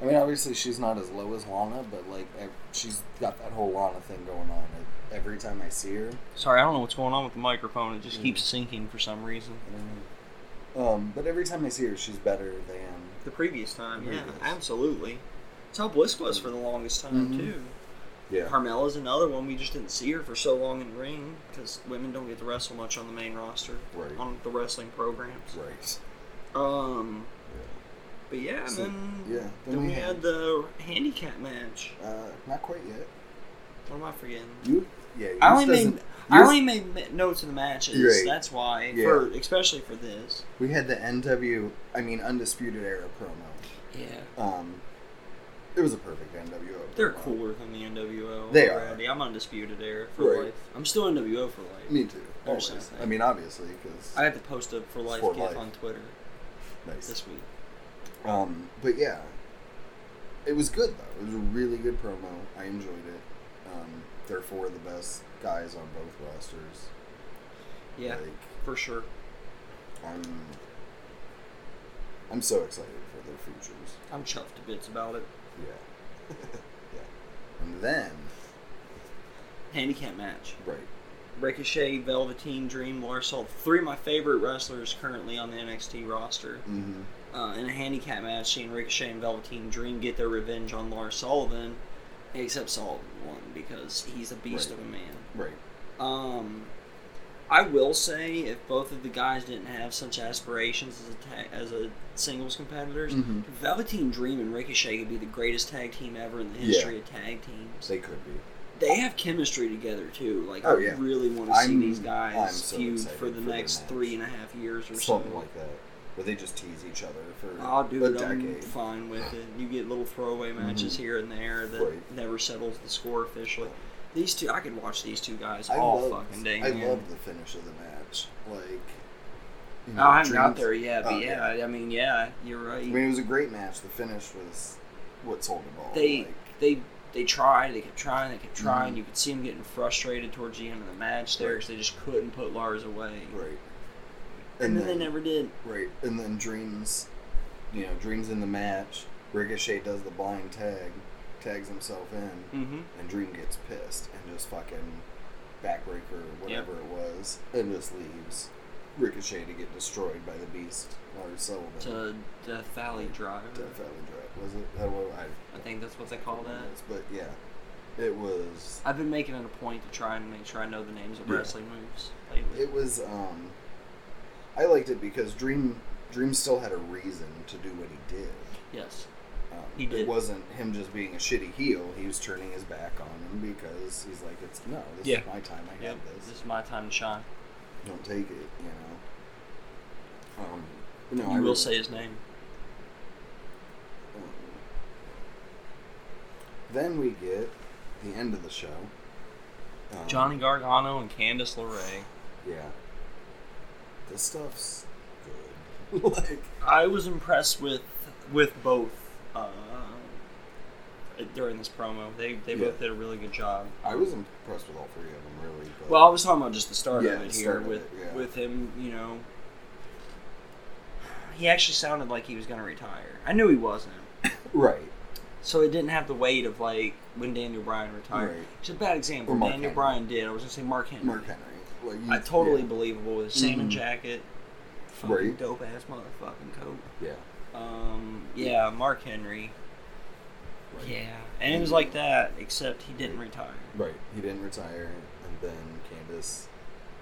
Speaker 1: I mean, obviously she's not as low as Lana, but like ev- she's got that whole Lana thing going on. Ev- Every time I see her,
Speaker 2: Sorry, I don't know what's going on with the microphone. It just
Speaker 1: Mhm.
Speaker 2: keeps sinking for some reason.
Speaker 1: I don't know. Um, but every time I see her, she's better than
Speaker 2: The previous time,
Speaker 1: The
Speaker 2: yeah,
Speaker 1: previous.
Speaker 2: absolutely. It's how Bliss was for the longest time
Speaker 1: Mhm.
Speaker 2: too.
Speaker 1: yeah.
Speaker 2: Carmella's another one. We just didn't see her for so long in ring because women don't get to wrestle much on the main roster
Speaker 1: Right.
Speaker 2: on the wrestling programs.
Speaker 1: Right.
Speaker 2: Um,
Speaker 1: Uh, Yeah.
Speaker 2: but yeah,
Speaker 1: So,
Speaker 2: then
Speaker 1: yeah,
Speaker 2: then, we had the handicap match.
Speaker 1: Uh, not quite yet.
Speaker 2: What am I forgetting?
Speaker 1: You. Yeah. yours
Speaker 2: I only
Speaker 1: doesn't-
Speaker 2: made I
Speaker 1: yours-
Speaker 2: only made ma- notes of the matches.
Speaker 1: Right.
Speaker 2: That's why,
Speaker 1: Yeah.
Speaker 2: for especially for this.
Speaker 1: We had the NW. I mean, Undisputed Era promo.
Speaker 2: Yeah,
Speaker 1: Um, it was a perfect NWO.
Speaker 2: they're
Speaker 1: promo.
Speaker 2: cooler than the NWO.
Speaker 1: They are.
Speaker 2: already. I'm undisputed era for
Speaker 1: Right.
Speaker 2: life. I'm still NWO for life.
Speaker 1: Me too.
Speaker 2: There's
Speaker 1: Always.
Speaker 2: something.
Speaker 1: I mean, obviously, because
Speaker 2: I had to post a for life
Speaker 1: For
Speaker 2: gif
Speaker 1: life.
Speaker 2: on Twitter
Speaker 1: nice.
Speaker 2: this week.
Speaker 1: Um, but yeah, it was good though. It was a really good promo. I enjoyed it. Um, they're four of the best guys on both rosters.
Speaker 2: Yeah,
Speaker 1: Like,
Speaker 2: for sure.
Speaker 1: I'm, I'm so excited for their futures.
Speaker 2: I'm chuffed to bits about it.
Speaker 1: Yeah. yeah. And then,
Speaker 2: Handicap match.
Speaker 1: right.
Speaker 2: Ricochet, Velveteen Dream, Larsol, three of my favorite wrestlers currently on the NXT roster.
Speaker 1: Mm-hmm.
Speaker 2: uh, in a handicap match, seeing Ricochet and Velveteen Dream get their revenge on Lars Sullivan, except Sullivan won because he's a beast
Speaker 1: Right.
Speaker 2: of a man.
Speaker 1: Right.
Speaker 2: Um, I will say, if both of the guys didn't have such aspirations as a ta- as a singles competitors,
Speaker 1: Mhm.
Speaker 2: Velveteen Dream and Ricochet could be the greatest tag team ever in the
Speaker 1: Yeah.
Speaker 2: history of tag teams.
Speaker 1: They could be.
Speaker 2: They have chemistry together too. Like
Speaker 1: Oh,
Speaker 2: I
Speaker 1: yeah.
Speaker 2: really want to see
Speaker 1: I'm-
Speaker 2: these
Speaker 1: I'm
Speaker 2: guys
Speaker 1: so
Speaker 2: feud
Speaker 1: excited
Speaker 2: for the
Speaker 1: for their
Speaker 2: next
Speaker 1: match.
Speaker 2: three and a half years or
Speaker 1: Something
Speaker 2: so.
Speaker 1: like that. Where they just tease each other for
Speaker 2: I'll do
Speaker 1: a
Speaker 2: it. I'm
Speaker 1: decade.
Speaker 2: fine with it. You get little throwaway matches
Speaker 1: Mhm.
Speaker 2: here and there that
Speaker 1: Right.
Speaker 2: never settles the score officially. These two, I could watch these two guys
Speaker 1: I
Speaker 2: all
Speaker 1: love-
Speaker 2: fucking day.
Speaker 1: I
Speaker 2: man.
Speaker 1: love the finish of the match. Like, you
Speaker 2: Oh, I haven't
Speaker 1: Dream's-
Speaker 2: got there yet, but
Speaker 1: Oh,
Speaker 2: yeah, I mean, yeah, you're right.
Speaker 1: I mean, it was a great match. The finish was what sold it all.
Speaker 2: they
Speaker 1: like,
Speaker 2: they they tried. They kept trying. They kept trying.
Speaker 1: Mhm.
Speaker 2: You could see them getting frustrated towards the end of the match there
Speaker 1: Right.
Speaker 2: because they just couldn't put Lars away.
Speaker 1: right.
Speaker 2: And, then, they never did.
Speaker 1: right, and then dreams, you know, dreams in the match. Ricochet does the blind tag, tags himself in,
Speaker 2: Mm-hmm.
Speaker 1: and Dream gets pissed and just fucking backbreaker or whatever it was, and just leaves Ricochet to get destroyed by the Beast Lars Sullivan.
Speaker 2: To Death Valley Drive.
Speaker 1: Death Valley Drive was it? That was, I
Speaker 2: I think that's what they call that.
Speaker 1: But yeah, it was.
Speaker 2: I've been making it a point to try and make sure I know the names of
Speaker 1: Yeah.
Speaker 2: wrestling moves lately.
Speaker 1: It was um I liked it because Dream Dream still had a reason to do what he did.
Speaker 2: yes.
Speaker 1: Um,
Speaker 2: He did.
Speaker 1: It wasn't him just being a shitty heel. He was turning his back on him because he's like, "It's no, this
Speaker 2: Yeah.
Speaker 1: is my time. I
Speaker 2: Yep.
Speaker 1: have
Speaker 2: This
Speaker 1: this.
Speaker 2: is my time to shine.
Speaker 1: Don't take it." You know. Um, no,
Speaker 2: you
Speaker 1: I
Speaker 2: will
Speaker 1: really-
Speaker 2: say his name.
Speaker 1: Um, then we get the end of the show. Um,
Speaker 2: Johnny Gargano and Candice LeRae.
Speaker 1: Yeah. This stuff's good. like.
Speaker 2: I was impressed with with both uh, during this promo. They they
Speaker 1: Yeah.
Speaker 2: both did a really good job.
Speaker 1: I was impressed with all three of them, really. But
Speaker 2: Well, I was talking about just the start
Speaker 1: Yeah,
Speaker 2: of
Speaker 1: the
Speaker 2: it here
Speaker 1: start of
Speaker 2: with
Speaker 1: it, yeah.
Speaker 2: with him. You know, he actually sounded like he was going to retire. I knew he wasn't,
Speaker 1: right,
Speaker 2: so it didn't have the weight of like when Daniel Bryan retired.
Speaker 1: Right.
Speaker 2: It's a bad example.
Speaker 1: Or Mark
Speaker 2: Daniel
Speaker 1: Henry.
Speaker 2: Bryan did. I was going to say Mark Henry.
Speaker 1: Mark Henry. Like, you-
Speaker 2: I totally
Speaker 1: yeah.
Speaker 2: believable with a salmon
Speaker 1: Mhm.
Speaker 2: jacket, fucking
Speaker 1: Right.
Speaker 2: dope ass motherfucking coat.
Speaker 1: Yeah.
Speaker 2: Um, yeah, Mark Henry.
Speaker 1: Right.
Speaker 2: Yeah, and it was like that, except he didn't retire.
Speaker 1: Right. He didn't retire, and then Candace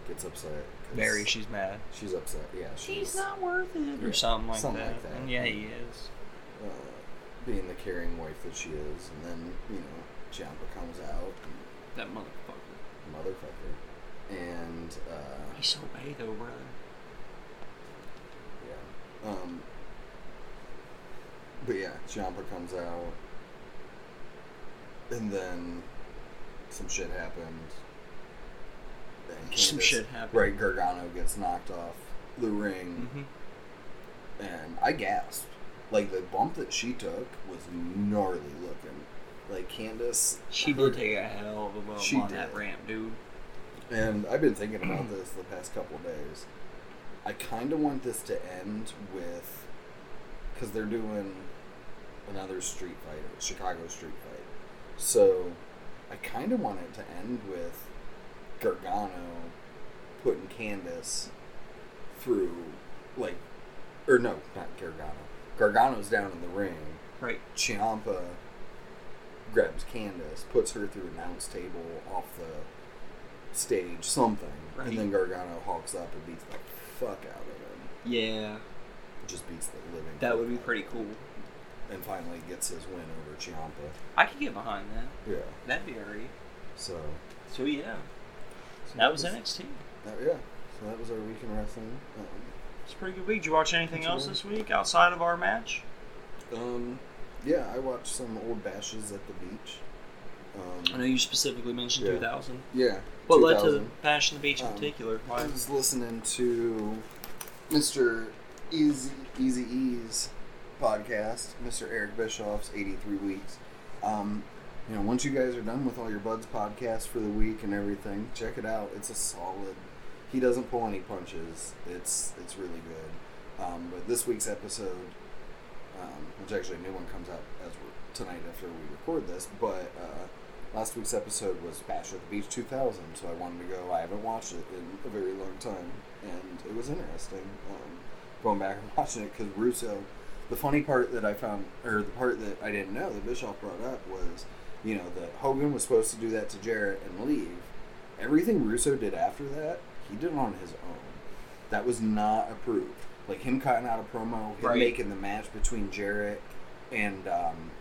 Speaker 1: gets upset. 'cause
Speaker 2: Barry, she's mad.
Speaker 1: She's upset. Yeah,
Speaker 2: She's not worth it, or something like
Speaker 1: something
Speaker 2: that.
Speaker 1: like that.
Speaker 2: And yeah, he is.
Speaker 1: uh, being the caring wife that she is, and then you know Ciampa comes out, and
Speaker 4: That motherfucker.
Speaker 1: motherfucker, and uh,
Speaker 4: He's so A though, brother.
Speaker 1: yeah, um, but yeah, Ciampa comes out, and then some shit happened. Then
Speaker 4: Some
Speaker 1: Candace-
Speaker 4: shit happened.
Speaker 1: Right, Gargano gets knocked off the ring,
Speaker 2: Mm-hmm.
Speaker 4: Mm-hmm.
Speaker 1: and I gasped. Like the bump that she took was gnarly looking. Like Candace
Speaker 2: She did take a hell of a bump
Speaker 1: She
Speaker 2: on that
Speaker 1: did.
Speaker 2: ramp, dude.
Speaker 1: And I've been thinking about this the past couple of days. I kind of want this to end with. Because they're doing another street fight, a Chicago street fight. So I kind of want it to end with Gargano putting Candace through, like. Or no, not Gargano. Gargano's down in the ring.
Speaker 2: Right.
Speaker 1: Ciampa grabs Candace, puts her through an announce table off the stage, something,
Speaker 2: Right.
Speaker 1: and then Gargano hawks up and beats the fuck out of him.
Speaker 2: Yeah,
Speaker 1: Just beats the living.
Speaker 2: that
Speaker 1: fuck
Speaker 2: would be
Speaker 1: out of
Speaker 2: pretty
Speaker 1: him.
Speaker 2: cool.
Speaker 1: And finally gets his win over Ciampa.
Speaker 2: I could get behind that.
Speaker 1: Yeah.
Speaker 2: That'd be alright.
Speaker 1: So.
Speaker 2: So yeah,
Speaker 1: so
Speaker 2: that was NXT.
Speaker 1: that- yeah. So that was our week in wrestling. Um,
Speaker 2: It's a pretty good week. Did you watch anything
Speaker 1: That's
Speaker 2: else
Speaker 1: right.
Speaker 2: this week outside of our match?
Speaker 1: um, yeah, I watched some old bashes at the beach.
Speaker 2: I
Speaker 1: Um,
Speaker 2: know you specifically mentioned
Speaker 1: Yeah.
Speaker 2: 2000.
Speaker 1: yeah.
Speaker 2: What led to the
Speaker 1: 2000.
Speaker 2: Bash in the Beach in
Speaker 1: Um,
Speaker 2: particular?
Speaker 1: I
Speaker 2: Why?
Speaker 1: was listening to Mr. Easy Easy E's podcast, Mr. Eric Bischoff's 83 Weeks. Um, you know, once you guys are done with all your Buds podcasts for the week and everything, check it out. It's a solid. He doesn't pull any punches. It's it's really good. Um, but this week's episode, um, which actually a new one comes out as we're, tonight after we record this, but. Uh, Last week's episode was Bash at the Beach 2000, so I wanted to go. I haven't watched it in a very long time, and it was interesting um, going back and watching it because Russo. The funny part that I found, or the part that I didn't know that Bischoff brought up was, you know, that Hogan was supposed to do that to Jarrett and leave. Everything Russo did after that, he did on his own. That was not approved. Like him cutting out a promo, him
Speaker 2: Right.
Speaker 1: making the match between Jarrett and um,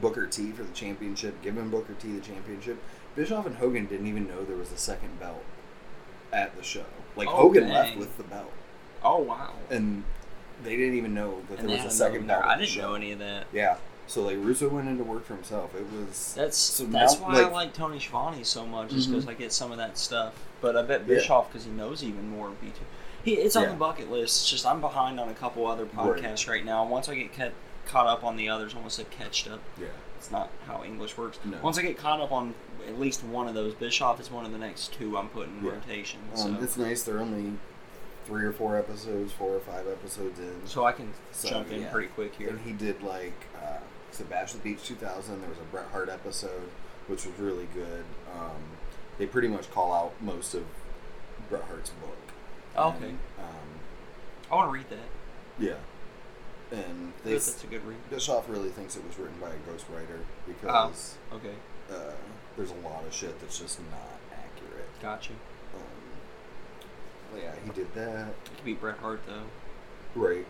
Speaker 1: Booker T for the championship, giving Booker T the championship. Bischoff and Hogan didn't even know there was a second belt at the show. Like
Speaker 2: Oh,
Speaker 1: Hogan
Speaker 2: dang.
Speaker 1: left with the belt,
Speaker 2: Oh wow!
Speaker 1: and they didn't even know that
Speaker 2: And
Speaker 1: there was a
Speaker 2: they had
Speaker 1: second
Speaker 2: another-
Speaker 1: belt.
Speaker 2: I
Speaker 1: at the
Speaker 2: didn't
Speaker 1: show.
Speaker 2: know any of that.
Speaker 1: Yeah, so like Russo went into work for himself. It was
Speaker 2: That's
Speaker 1: So
Speaker 2: that's
Speaker 1: now,
Speaker 2: why I
Speaker 1: like-
Speaker 2: like Tony Schiavone so much, is because
Speaker 1: Mhm.
Speaker 2: I get some of that stuff. But I bet
Speaker 1: Yeah.
Speaker 2: Bischoff, because he knows even more, would be too. He, it's on
Speaker 1: Yeah.
Speaker 2: the bucket list. It's just I'm behind on a couple other
Speaker 1: Right.
Speaker 2: podcasts right, now. Once I get ca- caught up on the others, I almost said catched up.
Speaker 1: yeah,
Speaker 2: It's not how English works.
Speaker 1: No.
Speaker 2: Once I get caught up on at least one of those, Bischoff is one of the next two I'm putting in
Speaker 1: Yeah.
Speaker 2: rotation.
Speaker 1: um,
Speaker 2: So,
Speaker 1: it's nice. They're only three or four episodes, four or five episodes in.
Speaker 2: so I can
Speaker 1: so,
Speaker 2: jump in
Speaker 1: yeah.
Speaker 2: pretty quick here.
Speaker 1: And he did like uh, Sebastian Beach 2000. There was a Bret Hart episode, which was really good. Um, they pretty much call out most of Bret Hart's book.
Speaker 2: Oh, Okay.
Speaker 1: And, um,
Speaker 2: I want to read that.
Speaker 1: yeah. And they,
Speaker 2: That's that's a good read.
Speaker 1: Bischoff really thinks it was written by a ghostwriter because
Speaker 2: Okay,
Speaker 1: uh, there's a lot of shit that's just not accurate.
Speaker 2: gotcha.
Speaker 1: Um, well, yeah, he did that.
Speaker 2: It could be Bret Hart though.
Speaker 1: Right.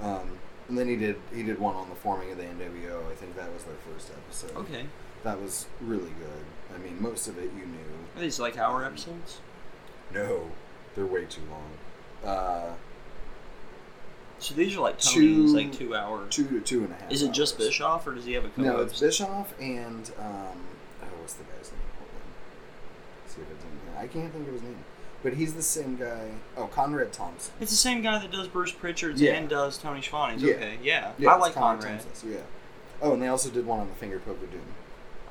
Speaker 1: Um, and then he did he did one on the forming of the NWO. I think that was their first episode.
Speaker 2: Okay,
Speaker 1: That was really good. I mean, most of it you knew.
Speaker 2: Are these like
Speaker 1: Mm-hmm.
Speaker 2: hour episodes.
Speaker 1: No, they're way too long. Uh,
Speaker 2: So these are like Tony's,
Speaker 1: Two-
Speaker 2: like two hours.
Speaker 1: two to two and a half.
Speaker 2: Is it just
Speaker 1: hours.
Speaker 2: Bischoff, or does he have a couple?
Speaker 1: No, it's
Speaker 2: others?
Speaker 1: Bischoff and um, oh, what's the guy's name? Hold on. Let's see if it's in here. I can't think of his name, but he's the same guy. Oh, Conrad Thompson.
Speaker 2: It's the same guy that does Bruce Pritchard's
Speaker 1: Yeah.
Speaker 2: and does Tony Schiavone's.
Speaker 1: Yeah.
Speaker 2: Okay, yeah,
Speaker 1: Yeah,
Speaker 2: I
Speaker 1: it's
Speaker 2: like Conrad.
Speaker 1: Thompson, yeah. Oh, and they also did one on the Finger Poke of Doom.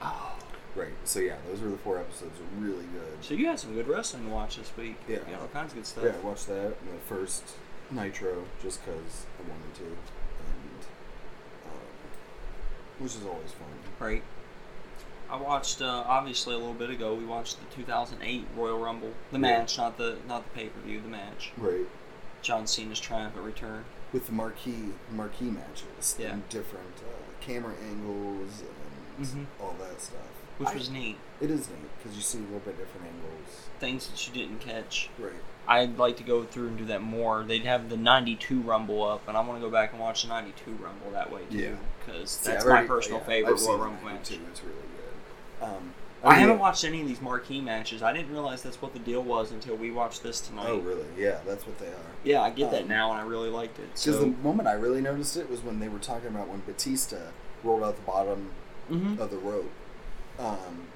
Speaker 2: Oh,
Speaker 1: Right. So yeah, those were the four episodes. Were really good.
Speaker 2: so you had some good wrestling to watch this week.
Speaker 1: Yeah.
Speaker 2: You had all kinds of good stuff.
Speaker 1: Yeah, I watched that and the first Nitro just because I wanted to, and um, which is always fun.
Speaker 2: Right. I watched uh, obviously a little bit ago. We watched the 2008 Royal Rumble, the
Speaker 1: Yeah.
Speaker 2: match, not the not the pay per view, the match.
Speaker 1: Right.
Speaker 2: John Cena's triumphant return.
Speaker 1: With the marquee marquee matches,
Speaker 2: Yeah.
Speaker 1: and different uh, camera angles and
Speaker 2: Mhm.
Speaker 1: all that stuff.
Speaker 2: which
Speaker 1: I-
Speaker 2: was neat.
Speaker 1: It is neat because you see a little bit different angles.
Speaker 2: Things that you didn't catch.
Speaker 1: Right.
Speaker 2: I'd like to go through and do that more. They'd have the 92 Rumble up, and I want to go back and watch the 92 Rumble that way, too.
Speaker 1: Yeah.
Speaker 2: Because
Speaker 1: See,
Speaker 2: that's
Speaker 1: I've
Speaker 2: my
Speaker 1: already-
Speaker 2: personal
Speaker 1: yeah,
Speaker 2: favorite
Speaker 1: I've
Speaker 2: Royal
Speaker 1: seen
Speaker 2: Rumble
Speaker 1: that
Speaker 2: match.
Speaker 1: too. It's really good. Um,
Speaker 2: I haven't
Speaker 1: yeah.
Speaker 2: watched any of these marquee matches. I didn't realize that's what the deal was until we watched this tonight.
Speaker 1: Oh, really? Yeah, that's what they are.
Speaker 2: Yeah, I get that
Speaker 1: Um,
Speaker 2: now, and I really liked it.
Speaker 1: Because
Speaker 2: So,
Speaker 1: the moment I really noticed it was when they were talking about when Batista rolled out the bottom
Speaker 2: Mhm.
Speaker 1: of the rope. Um,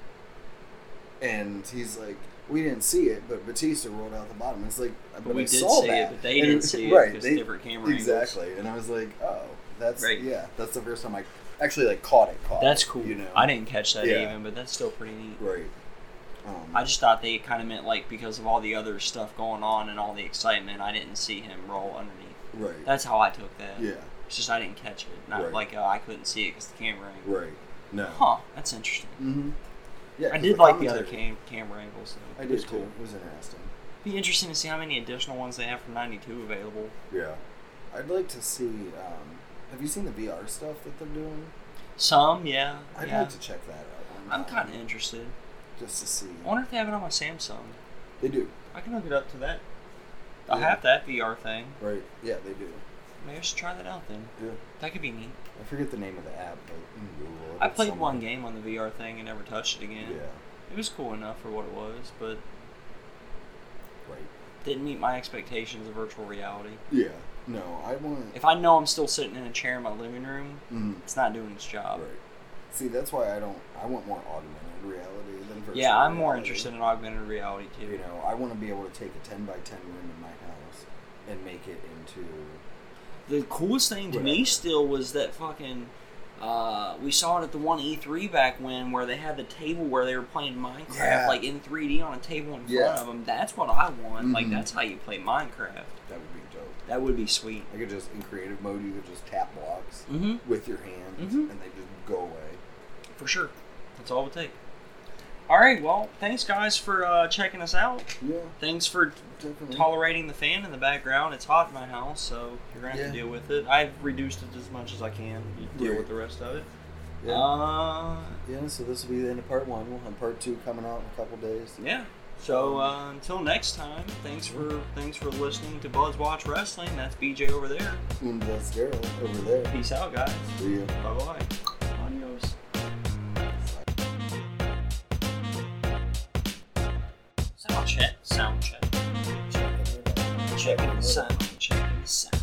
Speaker 1: and he's like, we didn't see it, but Batista rolled out the bottom. It's like, but,
Speaker 2: but we
Speaker 1: I
Speaker 2: did
Speaker 1: saw
Speaker 2: see
Speaker 1: that.
Speaker 2: it, but they
Speaker 1: And-
Speaker 2: didn't see it
Speaker 1: right,
Speaker 2: because
Speaker 1: they-
Speaker 2: different camera angles.
Speaker 1: Exactly. And I was like, oh, that's,
Speaker 2: Right.
Speaker 1: yeah, that's the first time I actually, like, caught it. Caught
Speaker 2: That's
Speaker 1: it,
Speaker 2: cool.
Speaker 1: You know?
Speaker 2: I didn't catch that
Speaker 1: Yeah.
Speaker 2: even, but that's still pretty neat.
Speaker 1: Right. Um,
Speaker 2: I just thought they kind of meant like because of all the other stuff going on and all the excitement, I didn't see him roll underneath.
Speaker 1: right.
Speaker 2: That's how I took that.
Speaker 1: yeah,
Speaker 2: It's just I didn't catch it. Not
Speaker 1: Right.
Speaker 2: like uh, I couldn't see it because the camera angle.
Speaker 1: right. No.
Speaker 2: Huh, that's interesting.
Speaker 1: Mm-hmm. Yeah,
Speaker 2: I
Speaker 1: 'cause
Speaker 2: did like the
Speaker 1: commentary-
Speaker 2: other cam- camera angles. Though.
Speaker 1: I
Speaker 2: It
Speaker 1: did
Speaker 2: was
Speaker 1: too. It was interesting.
Speaker 2: Be interesting to see how many additional ones they have for 92 available.
Speaker 1: Yeah. I'd like to see. Um, have you seen the VR stuff that they're doing?
Speaker 2: Some, yeah.
Speaker 1: I'd
Speaker 2: yeah.
Speaker 1: like to check that out.
Speaker 2: I'm
Speaker 1: online,
Speaker 2: kind of interested.
Speaker 1: just to see.
Speaker 2: I wonder if they have it on my Samsung.
Speaker 1: They do,
Speaker 2: I can hook it up to that. I
Speaker 1: Yeah.
Speaker 2: have that VR thing.
Speaker 1: right? Yeah, they do.
Speaker 2: Maybe I should try that out then.
Speaker 1: Yeah.
Speaker 2: That could be neat.
Speaker 1: I forget the name of the app, but you can Google it.
Speaker 2: I
Speaker 1: It's
Speaker 2: played
Speaker 1: somewhere.
Speaker 2: one game on the VR thing and never touched it
Speaker 1: Yeah.
Speaker 2: again. It was cool enough for what it was, but
Speaker 1: Right.
Speaker 2: didn't meet my expectations of virtual reality.
Speaker 1: Yeah. No, I want.
Speaker 2: If I know I'm still sitting in a chair in my living room,
Speaker 1: Mm,
Speaker 2: it's not doing its job.
Speaker 1: right. See, that's why I don't. I want more augmented reality than virtual.
Speaker 2: Yeah, I'm more
Speaker 1: reality.
Speaker 2: interested in augmented reality too.
Speaker 1: You know, I want to be able to take a ten by ten room in my house and make it into.
Speaker 2: The coolest thing to me
Speaker 1: Whatever.
Speaker 2: still was that fucking. Uh, we saw it at the one E3 back when, where they had the table where they were playing Minecraft,
Speaker 1: Yeah.
Speaker 2: like in 3D on a table in front
Speaker 1: Yeah.
Speaker 2: of them. That's what I want. Like
Speaker 1: Mhm.
Speaker 2: that's how you play Minecraft.
Speaker 1: That would be dope.
Speaker 2: That would be sweet.
Speaker 1: I could just in creative mode, you could just tap blocks
Speaker 2: Mm-hmm.
Speaker 1: with your hands,
Speaker 2: Mhm.
Speaker 1: and they just go away.
Speaker 2: For sure. That's all it would take. All right. Well, thanks guys for uh, checking us out.
Speaker 1: Yeah,
Speaker 2: Thanks for
Speaker 1: definitely.
Speaker 2: tolerating the fan in the background. It's hot in my house, so you're gonna have to
Speaker 1: Yeah.
Speaker 2: deal with it. I've reduced it as much as I can. You deal
Speaker 1: Right.
Speaker 2: with the rest of it.
Speaker 1: Yeah.
Speaker 2: Uh,
Speaker 1: Yeah, so this will be the end of part one. We'll have part two coming out in a couple days.
Speaker 2: yeah. So uh, until next time, thanks for thanks for listening to Buzz Watch Wrestling. That's BJ over there.
Speaker 1: And that's Daryl over there.
Speaker 2: Peace out, guys.
Speaker 1: See ya.
Speaker 2: Bye bye. Adios. Sound check. Sound check. Checking the sound. Checking the sound.